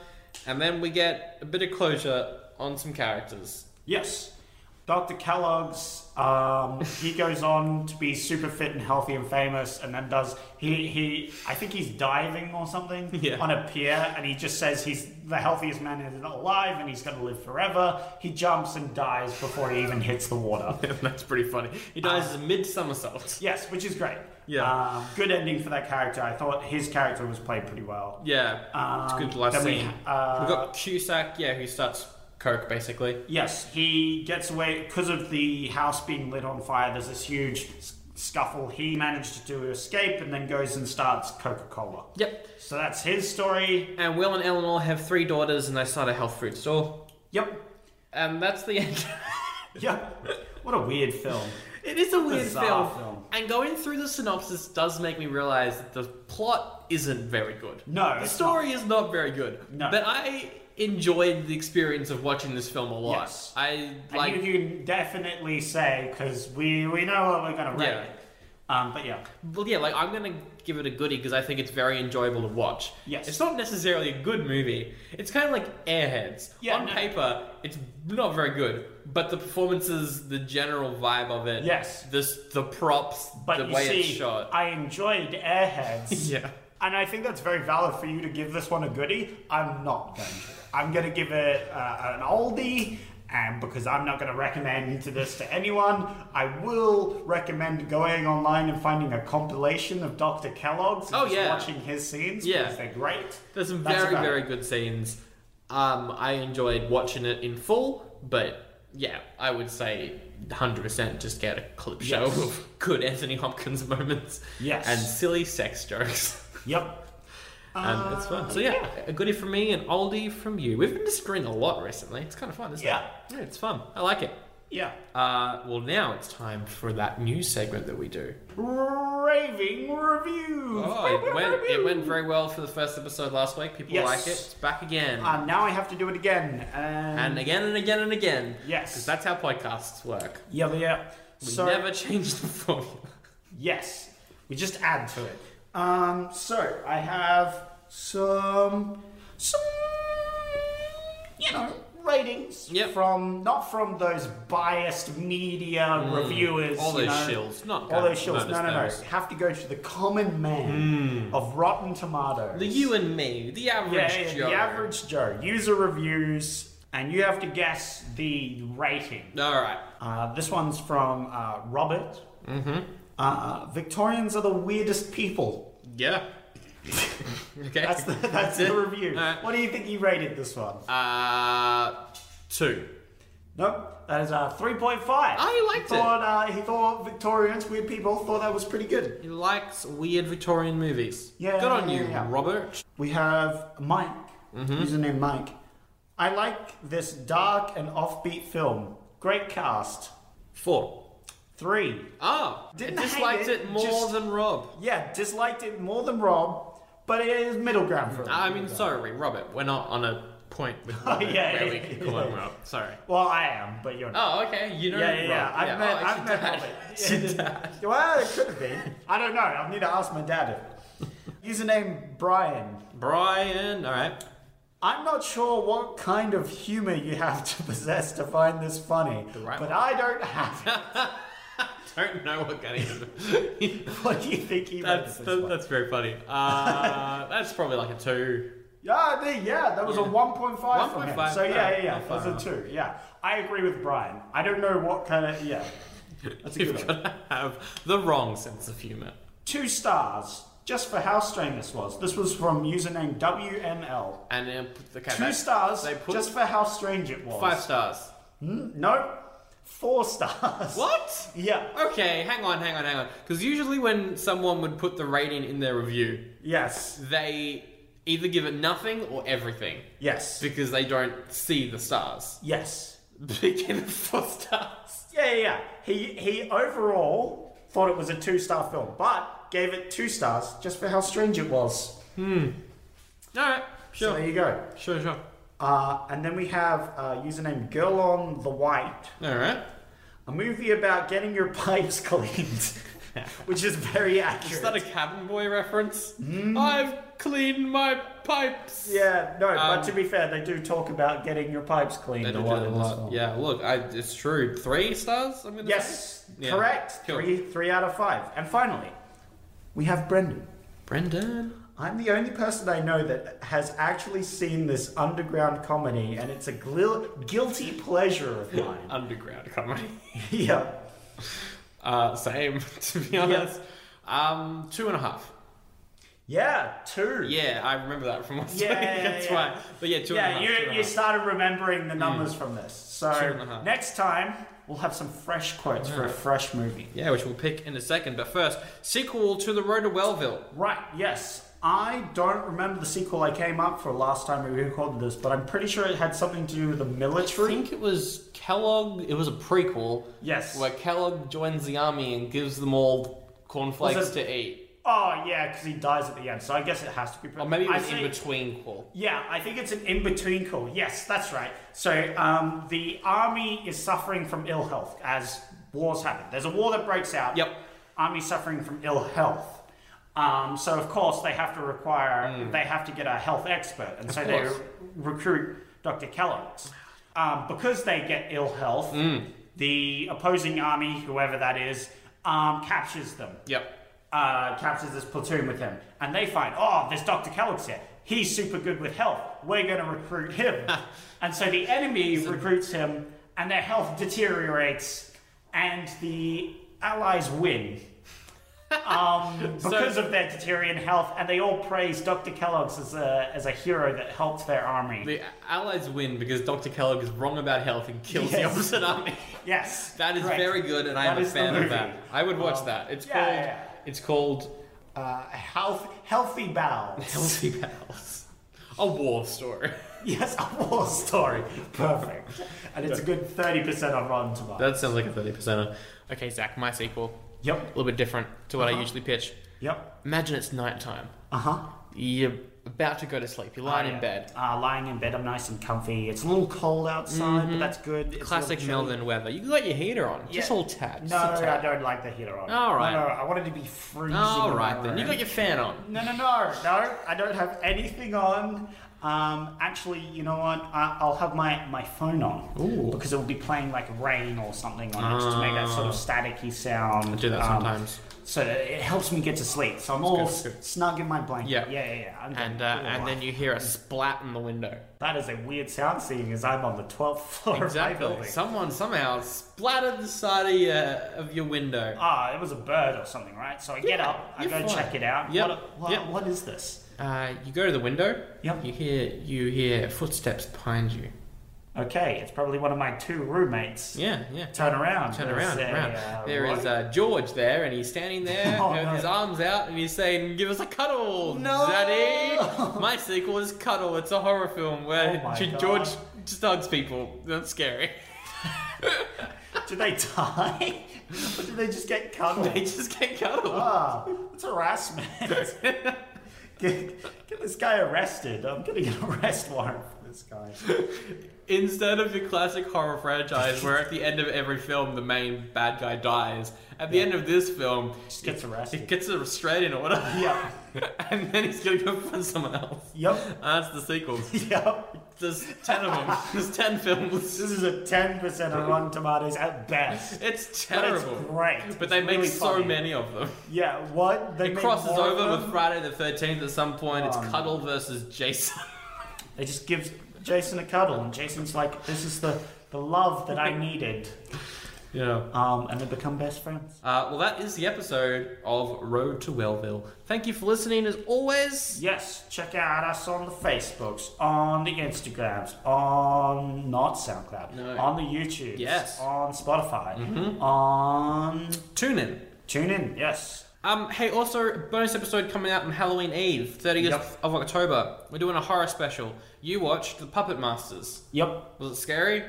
[SPEAKER 3] and then we get a bit of closure on some characters.
[SPEAKER 2] Yes. Dr. Kellogg's, um, he goes on to be super fit and healthy and famous, and then does he? He, I think he's diving or something
[SPEAKER 3] [LAUGHS] Yeah.
[SPEAKER 2] on a pier, and he just says he's the healthiest man in- alive, and he's going to live forever. He jumps and dies before he even hits
[SPEAKER 3] [LAUGHS]
[SPEAKER 2] the water.
[SPEAKER 3] That's pretty funny. He dies as a mid somersault.
[SPEAKER 2] yes, which is great.
[SPEAKER 3] Yeah.
[SPEAKER 2] Um, good ending for that character. I thought his character was played pretty well.
[SPEAKER 3] Yeah, it's a good last
[SPEAKER 2] then we-
[SPEAKER 3] scene. We,
[SPEAKER 2] uh,
[SPEAKER 3] have got Cusack, yeah, who starts coke basically.
[SPEAKER 2] Yes, he gets away because of the house being lit on fire. There's this huge s- scuffle. He manages to escape and then goes and starts Coca Cola.
[SPEAKER 3] Yep.
[SPEAKER 2] So that's his story.
[SPEAKER 3] And Will and Eleanor have three daughters, and they start a health food store,
[SPEAKER 2] Yep.
[SPEAKER 3] and that's the end. [LAUGHS]
[SPEAKER 2] Yep. what a weird film.
[SPEAKER 3] It is a weird
[SPEAKER 2] Bizarre
[SPEAKER 3] film.
[SPEAKER 2] film.
[SPEAKER 3] And going through the synopsis does make me realize that the plot isn't very good.
[SPEAKER 2] No,
[SPEAKER 3] The
[SPEAKER 2] it's
[SPEAKER 3] story is not very good.
[SPEAKER 2] No.
[SPEAKER 3] But I enjoyed the experience of watching this film a lot.
[SPEAKER 2] Yes.
[SPEAKER 3] I
[SPEAKER 2] And
[SPEAKER 3] like
[SPEAKER 2] you can definitely say because we we know what we're gonna rate.
[SPEAKER 3] Yeah.
[SPEAKER 2] it. Um, but yeah,
[SPEAKER 3] well, yeah, like I'm gonna give it a goodie because I think it's very enjoyable to watch.
[SPEAKER 2] Yes.
[SPEAKER 3] It's not necessarily a good movie. It's kind of like Airheads.
[SPEAKER 2] Yeah,
[SPEAKER 3] On
[SPEAKER 2] no.
[SPEAKER 3] paper, it's not very good, but the performances, the general vibe of it,
[SPEAKER 2] Yes.
[SPEAKER 3] this the props,
[SPEAKER 2] but
[SPEAKER 3] the
[SPEAKER 2] you
[SPEAKER 3] way
[SPEAKER 2] see,
[SPEAKER 3] it's shot.
[SPEAKER 2] I enjoyed
[SPEAKER 3] [LAUGHS]
[SPEAKER 2] Airheads.
[SPEAKER 3] yeah.
[SPEAKER 2] And I think that's very valid for you to give this one a goodie. I'm not going to. I'm going to give it uh, an oldie, and because I'm not going to recommend this to anyone, I will recommend going online and finding a compilation of Dr. Kellogg's and
[SPEAKER 3] Oh,
[SPEAKER 2] just
[SPEAKER 3] yeah.
[SPEAKER 2] watching his scenes
[SPEAKER 3] Yeah.
[SPEAKER 2] because they're great.
[SPEAKER 3] There's some
[SPEAKER 2] That's
[SPEAKER 3] very,
[SPEAKER 2] about
[SPEAKER 3] very
[SPEAKER 2] it.
[SPEAKER 3] good scenes. Um, I enjoyed watching it in full, but yeah, I would say 100% just get a clip show
[SPEAKER 2] Yes.
[SPEAKER 3] of good Anthony Hopkins [LAUGHS] moments
[SPEAKER 2] Yes.
[SPEAKER 3] and silly sex jokes. [LAUGHS]
[SPEAKER 2] Yep.
[SPEAKER 3] Um, it's fun. So yeah,
[SPEAKER 2] Uh,
[SPEAKER 3] a goodie from me, an oldie from you. We've been to screen a lot recently. It's kind of fun, isn't
[SPEAKER 2] Yeah.
[SPEAKER 3] it? Yeah, it's fun. I like it.
[SPEAKER 2] Yeah.
[SPEAKER 3] Uh, well, now it's time for that new segment that we do.
[SPEAKER 2] Raving reviews.
[SPEAKER 3] Oh, it went, it went very well for the first episode last week. People
[SPEAKER 2] Yes.
[SPEAKER 3] like it. It's back again.
[SPEAKER 2] Uh, now I have to do it again. And,
[SPEAKER 3] and again and again and again.
[SPEAKER 2] Mm. Yes.
[SPEAKER 3] Because that's how podcasts work.
[SPEAKER 2] yeah, yeah.
[SPEAKER 3] We
[SPEAKER 2] So
[SPEAKER 3] never change the formula.
[SPEAKER 2] yes, we just add to it. Um, so I have some some you know ratings
[SPEAKER 3] Yep.
[SPEAKER 2] from not from those biased media reviewers.
[SPEAKER 3] Hmm. All those
[SPEAKER 2] you know,
[SPEAKER 3] shills. Not
[SPEAKER 2] All
[SPEAKER 3] gonna
[SPEAKER 2] those shills.
[SPEAKER 3] notice
[SPEAKER 2] No, no,
[SPEAKER 3] those. Hmm.
[SPEAKER 2] no. Have to go to the common man of Rotten Tomatoes.
[SPEAKER 3] The you and me, the average
[SPEAKER 2] yeah, yeah,
[SPEAKER 3] Joe.
[SPEAKER 2] the average Joe. User reviews, and you have to guess the rating.
[SPEAKER 3] All right.
[SPEAKER 2] Uh, this one's from uh, Robert. Mm-hmm. Uh, Victorians are the weirdest people.
[SPEAKER 3] Yeah. [LAUGHS] okay.
[SPEAKER 2] That's the, [LAUGHS] that's the review.
[SPEAKER 3] Alright.
[SPEAKER 2] What do you think you rated this one?
[SPEAKER 3] [LAUGHS] Uh, two.
[SPEAKER 2] Nope, that is a 3.5.
[SPEAKER 3] I Oh, liked it.
[SPEAKER 2] thought, Uh, he thought Victorians, weird people, thought that was pretty good.
[SPEAKER 3] He likes weird Victorian movies.
[SPEAKER 2] Yeah,
[SPEAKER 3] Good on
[SPEAKER 2] yeah,
[SPEAKER 3] you,
[SPEAKER 2] yeah.
[SPEAKER 3] Robert.
[SPEAKER 2] We have Mike,
[SPEAKER 3] Mm-hmm.
[SPEAKER 2] username Mike. I like this dark and offbeat film. Great cast.
[SPEAKER 3] Four.
[SPEAKER 2] Three.
[SPEAKER 3] Oh,
[SPEAKER 2] Didn't
[SPEAKER 3] I disliked
[SPEAKER 2] hate it,
[SPEAKER 3] it, more
[SPEAKER 2] just- Oh,
[SPEAKER 3] than Rob.
[SPEAKER 2] Yeah, disliked it more than Rob, but it is middle ground for him.
[SPEAKER 3] I mean, sorry, Robert. We're not on a point
[SPEAKER 2] [LAUGHS]
[SPEAKER 3] with
[SPEAKER 2] Oh,
[SPEAKER 3] Robert
[SPEAKER 2] yeah,
[SPEAKER 3] where
[SPEAKER 2] yeah,
[SPEAKER 3] we can call him
[SPEAKER 2] yeah.
[SPEAKER 3] Rob. Sorry.
[SPEAKER 2] well, I am, but you're not.
[SPEAKER 3] Oh, okay. You know
[SPEAKER 2] yeah, yeah, yeah.
[SPEAKER 3] Rob.
[SPEAKER 2] I've met,
[SPEAKER 3] oh, it's
[SPEAKER 2] I've
[SPEAKER 3] your
[SPEAKER 2] met
[SPEAKER 3] dad. [LAUGHS]
[SPEAKER 2] Robert.
[SPEAKER 3] It's
[SPEAKER 2] Yeah,
[SPEAKER 3] your
[SPEAKER 2] it-
[SPEAKER 3] dad.
[SPEAKER 2] Well, it could be. I don't know. I'll need to ask my dad. If... Username Brian.
[SPEAKER 3] Brian. All right. [LAUGHS]
[SPEAKER 2] I'm not sure what kind of humor you have to possess to find this funny,
[SPEAKER 3] right
[SPEAKER 2] but
[SPEAKER 3] one.
[SPEAKER 2] I don't have it.
[SPEAKER 3] Don't know what gun
[SPEAKER 2] [LAUGHS]
[SPEAKER 3] he
[SPEAKER 2] what do you think he meant
[SPEAKER 3] That's
[SPEAKER 2] with this
[SPEAKER 3] that,
[SPEAKER 2] one?
[SPEAKER 3] that's very funny. Uh, [LAUGHS] that's probably like a two. [LAUGHS]
[SPEAKER 2] Yeah, I think- yeah, that was a 1.5 from him.
[SPEAKER 3] 1.5,
[SPEAKER 2] So yeah,
[SPEAKER 3] alright,
[SPEAKER 2] yeah, yeah,
[SPEAKER 3] not
[SPEAKER 2] that
[SPEAKER 3] far
[SPEAKER 2] was a 2, yeah. I agree with Brian. I don't know what kind
[SPEAKER 3] [LAUGHS]
[SPEAKER 2] of, yeah. That's a good
[SPEAKER 3] You've got
[SPEAKER 2] one.
[SPEAKER 3] to have the wrong sense of humor.
[SPEAKER 2] two stars just for how strange this was. This was from username WML.
[SPEAKER 3] And then put the
[SPEAKER 2] Two stars
[SPEAKER 3] They put
[SPEAKER 2] just for how strange it was. Hmm?
[SPEAKER 3] five stars.
[SPEAKER 2] Nope. Four stars.
[SPEAKER 3] What?
[SPEAKER 2] [LAUGHS] Yeah.
[SPEAKER 3] Okay, hang on, hang on, hang on. Because usually when someone would put the rating in their review,
[SPEAKER 2] Yes.
[SPEAKER 3] they either give it nothing or everything
[SPEAKER 2] Yes.
[SPEAKER 3] because they don't see the stars. [LAUGHS]
[SPEAKER 2] Yes.
[SPEAKER 3] Begin four stars.
[SPEAKER 2] Yeah, yeah, yeah. He he overall thought it was a two star film, but gave it two stars just for how strange it was.
[SPEAKER 3] All right, sure,
[SPEAKER 2] So there you go.
[SPEAKER 3] sure, sure.
[SPEAKER 2] Uh, and then we have uh, username Girl on the White.
[SPEAKER 3] All right.
[SPEAKER 2] A movie about getting your [LAUGHS]
[SPEAKER 3] [LAUGHS]
[SPEAKER 2] pipes cleaned, which is very accurate.
[SPEAKER 3] Is that a cabin boy reference? I've cleaned my pipes.
[SPEAKER 2] Hmm? Yeah, no,
[SPEAKER 3] Um,
[SPEAKER 2] but to be fair, they do talk about getting your pipes cleaned
[SPEAKER 3] They
[SPEAKER 2] a
[SPEAKER 3] do
[SPEAKER 2] lot
[SPEAKER 3] that a
[SPEAKER 2] in this
[SPEAKER 3] lot.
[SPEAKER 2] film.
[SPEAKER 3] Yeah, look, I, it's true. Three stars. I'm gonna
[SPEAKER 2] Yes,
[SPEAKER 3] say? Yeah.
[SPEAKER 2] correct.
[SPEAKER 3] Cool.
[SPEAKER 2] Three, three out of five. And finally, we have Brendan.
[SPEAKER 3] Brendan.
[SPEAKER 2] I'm the only person I know that has actually seen this underground comedy, and it's a glil- guilty pleasure of
[SPEAKER 3] [LAUGHS]
[SPEAKER 2] mine.
[SPEAKER 3] Underground comedy.
[SPEAKER 2] yeah.
[SPEAKER 3] Uh, same. [LAUGHS] To be honest. Um, two and a half.
[SPEAKER 2] Yeah, two.
[SPEAKER 3] Yeah, I remember that from last
[SPEAKER 2] Yeah,
[SPEAKER 3] week.
[SPEAKER 2] yeah,
[SPEAKER 3] [LAUGHS] That's
[SPEAKER 2] yeah.
[SPEAKER 3] why. But yeah, two and a
[SPEAKER 2] Yeah,
[SPEAKER 3] half.
[SPEAKER 2] you,
[SPEAKER 3] two and a
[SPEAKER 2] you
[SPEAKER 3] half. Mm.
[SPEAKER 2] started remembering the numbers from this.
[SPEAKER 3] Two and a
[SPEAKER 2] So
[SPEAKER 3] half.
[SPEAKER 2] next time, we'll have some fresh quotes for a fresh movie.
[SPEAKER 3] Yeah, which we'll pick in a second. But first, sequel to The Road to Wellville.
[SPEAKER 2] Right, yes. I don't remember the sequel I came up for last time we recorded this, but I'm pretty sure it had something to do with the
[SPEAKER 3] I
[SPEAKER 2] military.
[SPEAKER 3] think it was Kellogg. It was a prequel.
[SPEAKER 2] Yes.
[SPEAKER 3] Where Kellogg joins the army and gives them all cornflakes
[SPEAKER 2] Was it-
[SPEAKER 3] to eat.
[SPEAKER 2] Oh, yeah, because he dies at the end, so I guess it has to be.
[SPEAKER 3] Or maybe it
[SPEAKER 2] I
[SPEAKER 3] was in
[SPEAKER 2] think-
[SPEAKER 3] between call.
[SPEAKER 2] Yeah, I think it's an in between call. Yes, that's right. So um, the army is suffering from ill health as wars happen. There's a war that breaks out.
[SPEAKER 3] Yep.
[SPEAKER 2] Army suffering from ill health. Um, so of course they have to require they have to get a health expert, and so
[SPEAKER 3] Mm. course.
[SPEAKER 2] they recruit Dr. Kellogg's. Um, because they get ill health, the opposing army, whoever that is, um, captures them
[SPEAKER 3] Yep.
[SPEAKER 2] uh, captures this platoon with him, and they find, oh, there's Dr. Kellogg's here. He's super good with health. We're going to recruit him. and so the enemy recruits him, and their health deteriorates, and the allies win. Um, because of their deteriorating health, and they all praise Dr. Kellogg's as a, as a hero that helped their army.
[SPEAKER 3] The Allies win because Dr. Kellogg is wrong about health and kills the
[SPEAKER 2] Yes.
[SPEAKER 3] opposite army. [LAUGHS]
[SPEAKER 2] yes.
[SPEAKER 3] That is
[SPEAKER 2] correct.
[SPEAKER 3] very good, and I
[SPEAKER 2] That
[SPEAKER 3] am a
[SPEAKER 2] is the
[SPEAKER 3] fan of
[SPEAKER 2] movie. Um,
[SPEAKER 3] that. I would watch that. It's
[SPEAKER 2] yeah,
[SPEAKER 3] called.
[SPEAKER 2] yeah, yeah.
[SPEAKER 3] It's called
[SPEAKER 2] uh, health, healthy bowels.
[SPEAKER 3] Healthy Pals. A war story.
[SPEAKER 2] [LAUGHS]
[SPEAKER 3] [LAUGHS]
[SPEAKER 2] yes, a war story. Perfect. And it's a good 30% on Rotten Tomatoes.
[SPEAKER 3] That sounds like a 30 percenter. Okay, Zach, my sequel. A
[SPEAKER 2] yep,
[SPEAKER 3] little bit different to what I usually pitch.
[SPEAKER 2] yep.
[SPEAKER 3] Imagine it's nighttime.
[SPEAKER 2] Uh huh.
[SPEAKER 3] You're about to go to sleep. You're lying in bed.
[SPEAKER 2] Uh, lying in bed, I'm nice and comfy. It's a little cold outside, but that's good. It's a
[SPEAKER 3] Mm-hmm. Classic
[SPEAKER 2] little chilly.
[SPEAKER 3] Melbourne weather. You got your heater on. Just
[SPEAKER 2] Yeah.
[SPEAKER 3] all tabs.
[SPEAKER 2] No, I don't like the heater on.
[SPEAKER 3] All right.
[SPEAKER 2] No, no, I wanted to be freezing.
[SPEAKER 3] All
[SPEAKER 2] in
[SPEAKER 3] right
[SPEAKER 2] my
[SPEAKER 3] then. You
[SPEAKER 2] room.
[SPEAKER 3] got your fan on.
[SPEAKER 2] No, no, no, no. I don't have anything on. Um, actually, you know what? I, I'll have my, my phone on
[SPEAKER 3] Ooh.
[SPEAKER 2] because it will be playing like rain or something on it just to make that sort of staticky sound.
[SPEAKER 3] Ah. I do that
[SPEAKER 2] Um,
[SPEAKER 3] sometimes.
[SPEAKER 2] So it helps me get to sleep. So I'm all
[SPEAKER 3] good, that's good.
[SPEAKER 2] snug in my blanket.
[SPEAKER 3] Yeah.
[SPEAKER 2] yeah, yeah. yeah. I'm good.
[SPEAKER 3] And uh,
[SPEAKER 2] Ooh,
[SPEAKER 3] and then you hear a splat in the window.
[SPEAKER 2] that is a weird sound seeing as I'm on the 12th floor of my
[SPEAKER 3] Exactly.
[SPEAKER 2] building.
[SPEAKER 3] Someone somehow splattered the side of your of your window.
[SPEAKER 2] Ah, it was a bird or something, right? So I get
[SPEAKER 3] Yeah,
[SPEAKER 2] up, I
[SPEAKER 3] you're
[SPEAKER 2] go
[SPEAKER 3] fine.
[SPEAKER 2] check it out.
[SPEAKER 3] Yep,
[SPEAKER 2] What, what,
[SPEAKER 3] yep.
[SPEAKER 2] what is this?
[SPEAKER 3] Uh, you go to the window.
[SPEAKER 2] Yep.
[SPEAKER 3] You hear you hear footsteps behind you.
[SPEAKER 2] Okay, it's probably one of my two roommates.
[SPEAKER 3] Yeah, yeah.
[SPEAKER 2] Turn around.
[SPEAKER 3] Turn around,
[SPEAKER 2] There's a,
[SPEAKER 3] around.
[SPEAKER 2] uh,
[SPEAKER 3] there is
[SPEAKER 2] what?
[SPEAKER 3] uh, George there, and he's standing there
[SPEAKER 2] [LAUGHS] Oh,
[SPEAKER 3] with
[SPEAKER 2] no.
[SPEAKER 3] his arms out, and he's saying, "Give us a cuddle,
[SPEAKER 2] No. [LAUGHS]
[SPEAKER 3] Zaddy." My sequel is Cuddle. It's a horror film where
[SPEAKER 2] Oh my
[SPEAKER 3] G-
[SPEAKER 2] God.
[SPEAKER 3] George just hugs people. That's scary. [LAUGHS] uh,
[SPEAKER 2] Do they die? [LAUGHS] or do they just get
[SPEAKER 3] [LAUGHS] they
[SPEAKER 2] cuddled?
[SPEAKER 3] just get cuddled.
[SPEAKER 2] Ah,
[SPEAKER 3] [LAUGHS]
[SPEAKER 2] it's harassment. get, get this guy arrested. I'm gonna get an arrest warrant for this guy.
[SPEAKER 3] Instead of your classic horror franchise, where at the end of every film the main bad guy dies, at the end of this film,
[SPEAKER 2] Just gets arrested.
[SPEAKER 3] it gets a restraining order. [LAUGHS]
[SPEAKER 2] Yep.
[SPEAKER 3] and then he's gonna go find someone else. Ah,
[SPEAKER 2] Yep.
[SPEAKER 3] That's the sequels.
[SPEAKER 2] Yep.
[SPEAKER 3] There's ten of
[SPEAKER 2] [LAUGHS]
[SPEAKER 3] them. There's ten films.
[SPEAKER 2] This is a 10% on Rotten Tomatoes at best.
[SPEAKER 3] It's
[SPEAKER 2] But it's
[SPEAKER 3] terrible.
[SPEAKER 2] great.
[SPEAKER 3] But they
[SPEAKER 2] It's
[SPEAKER 3] make
[SPEAKER 2] really
[SPEAKER 3] so
[SPEAKER 2] funny.
[SPEAKER 3] many of them.
[SPEAKER 2] Yeah, what? They
[SPEAKER 3] It
[SPEAKER 2] make
[SPEAKER 3] crosses
[SPEAKER 2] more of
[SPEAKER 3] over with
[SPEAKER 2] them?
[SPEAKER 3] Friday the 13th at some point. It's
[SPEAKER 2] Oh, no.
[SPEAKER 3] Cuddle versus
[SPEAKER 2] [LAUGHS]
[SPEAKER 3] Jason.
[SPEAKER 2] They just gives Jason a cuddle, and Jason's like, "This is the the love that I needed,"
[SPEAKER 3] Yeah.
[SPEAKER 2] um, and they become best friends.
[SPEAKER 3] Uh, well, that is the episode of Road to Wellville. Thank you for listening as always.
[SPEAKER 2] Yes, check out us on the Facebooks, on the Instagrams, on not SoundCloud,
[SPEAKER 3] No.
[SPEAKER 2] on the YouTube,
[SPEAKER 3] Yes. Mm-hmm.
[SPEAKER 2] on Spotify, on
[SPEAKER 3] Tune in.
[SPEAKER 2] TuneIn. Yes,
[SPEAKER 3] Um, hey, also, bonus episode coming out on Halloween Eve, 30th
[SPEAKER 2] Yep.
[SPEAKER 3] of October. We're doing a horror special. You watched The Puppet Masters.
[SPEAKER 2] yep,
[SPEAKER 3] Was it scary?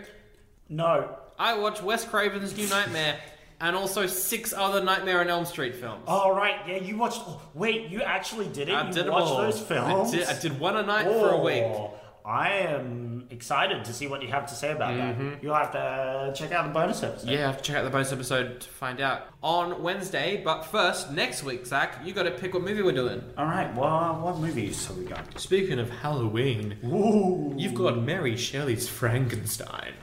[SPEAKER 2] no.
[SPEAKER 3] I watched Wes Craven's New Nightmare and also six other Nightmare on Elm Street films.
[SPEAKER 2] All right, yeah, you watched. Oh, wait, you actually did it.
[SPEAKER 3] I
[SPEAKER 2] Oh, you
[SPEAKER 3] did 'em
[SPEAKER 2] watched
[SPEAKER 3] all.
[SPEAKER 2] those films.
[SPEAKER 3] I did, I did one a night for a week.
[SPEAKER 2] Oh, I am excited to see what you have to say about that. You'll have to check out the bonus episode.
[SPEAKER 3] Mm-hmm. Yeah, I have to check out the bonus episode to find out on Wednesday. But first, next week, Zach, you got to pick what movie we're doing.
[SPEAKER 2] All right. Well, what movies have we got?
[SPEAKER 3] Speaking of Halloween,
[SPEAKER 2] Ooh.
[SPEAKER 3] you've got Mary Shelley's Frankenstein.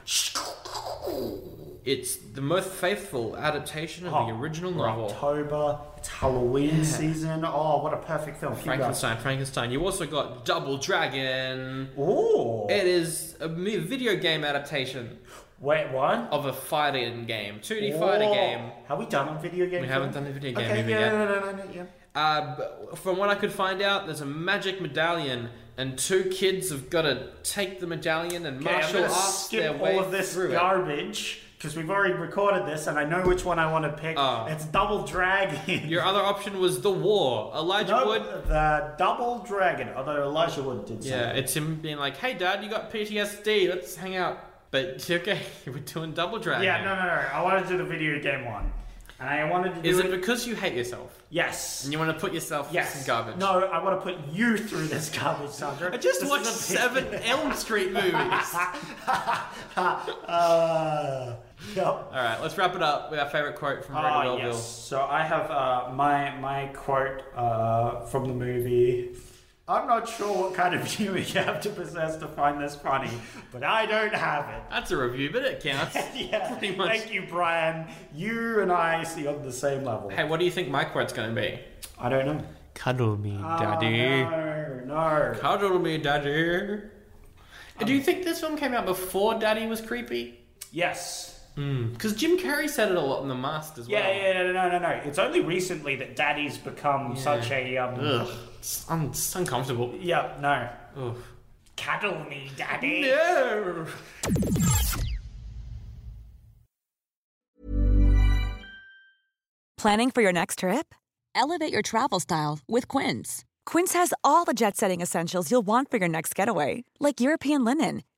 [SPEAKER 3] It's the most faithful adaptation of the
[SPEAKER 2] Oh,
[SPEAKER 3] original novel.
[SPEAKER 2] October. It's Halloween season. Oh, what a perfect film. Keep going.
[SPEAKER 3] Frankenstein, Frankenstein. You also got Double Dragon.
[SPEAKER 2] Ooh.
[SPEAKER 3] It is a mi- video game adaptation
[SPEAKER 2] Wait, what?
[SPEAKER 3] of a fighting game, 2D fighter
[SPEAKER 2] Whoa.
[SPEAKER 3] game.
[SPEAKER 2] Have we done a video game?
[SPEAKER 3] We haven't done a video game
[SPEAKER 2] Okay,
[SPEAKER 3] movie
[SPEAKER 2] yeah,
[SPEAKER 3] yet.
[SPEAKER 2] No, no, no, no, yeah.
[SPEAKER 3] Uh, b- from what I could find out, there's a magic medallion, and two kids have got to take the medallion and
[SPEAKER 2] Okay, I'm
[SPEAKER 3] martial
[SPEAKER 2] gonna
[SPEAKER 3] arts
[SPEAKER 2] skip
[SPEAKER 3] their
[SPEAKER 2] all
[SPEAKER 3] way
[SPEAKER 2] of this
[SPEAKER 3] through it.
[SPEAKER 2] garbage because we've already recorded this, and I know which one I want to pick.
[SPEAKER 3] Oh.
[SPEAKER 2] It's Double Dragon. [LAUGHS]
[SPEAKER 3] Your other option was the war. Elijah
[SPEAKER 2] no,
[SPEAKER 3] Wood.
[SPEAKER 2] the Double Dragon. Although Elijah Wood did.
[SPEAKER 3] Yeah, it's him being like, "Hey, Dad, you got PTSD? Let's hang out." But [LAUGHS] okay, we're doing double dragon.
[SPEAKER 2] Yeah, no, no, no. I wanted to do the video game one, and I wanted to do
[SPEAKER 3] Is
[SPEAKER 2] it.
[SPEAKER 3] it because you hate yourself
[SPEAKER 2] yes.
[SPEAKER 3] and you want to put yourself through
[SPEAKER 2] Yes.
[SPEAKER 3] some garbage?
[SPEAKER 2] No, I want to put you through this garbage, Sandra.
[SPEAKER 3] I just
[SPEAKER 2] This
[SPEAKER 3] watched
[SPEAKER 2] is a big-
[SPEAKER 3] seven
[SPEAKER 2] [LAUGHS]
[SPEAKER 3] Elm Street movies. All
[SPEAKER 2] uh, yep.
[SPEAKER 3] right, let's wrap it up with our favorite quote from Road to
[SPEAKER 2] Ah,
[SPEAKER 3] Wellville.
[SPEAKER 2] yes. So I have uh, my my quote uh, from the movie. I'm not sure what kind of [LAUGHS] humor you have to possess to find this funny, but I don't have it. [LAUGHS]
[SPEAKER 3] That's a review, but it counts.
[SPEAKER 2] Yeah,
[SPEAKER 3] Pretty much.
[SPEAKER 2] Thank you, Brian. You and I see on the same level.
[SPEAKER 3] Hey, what do you think my quote's going to be?
[SPEAKER 2] I don't know.
[SPEAKER 3] Cuddle me,
[SPEAKER 2] Oh, no, no.
[SPEAKER 3] Cuddle me, daddy.
[SPEAKER 2] Um,
[SPEAKER 3] do you think this film came out before Daddy was creepy?
[SPEAKER 2] Yes.
[SPEAKER 3] Because Jim Carrey said it a lot in The Mask as well.
[SPEAKER 2] Yeah, yeah, no, no, no, no. It's only recently that Daddy's become such a um.
[SPEAKER 3] Ugh, it's, un- it's uncomfortable.
[SPEAKER 2] Yeah, no.
[SPEAKER 3] Ugh.
[SPEAKER 2] Cuddle me, Daddy.
[SPEAKER 3] No.
[SPEAKER 4] Planning for your next trip? Elevate your travel style with Quince.
[SPEAKER 5] Quince has all the jet setting essentials you'll want for your next getaway, like European linen,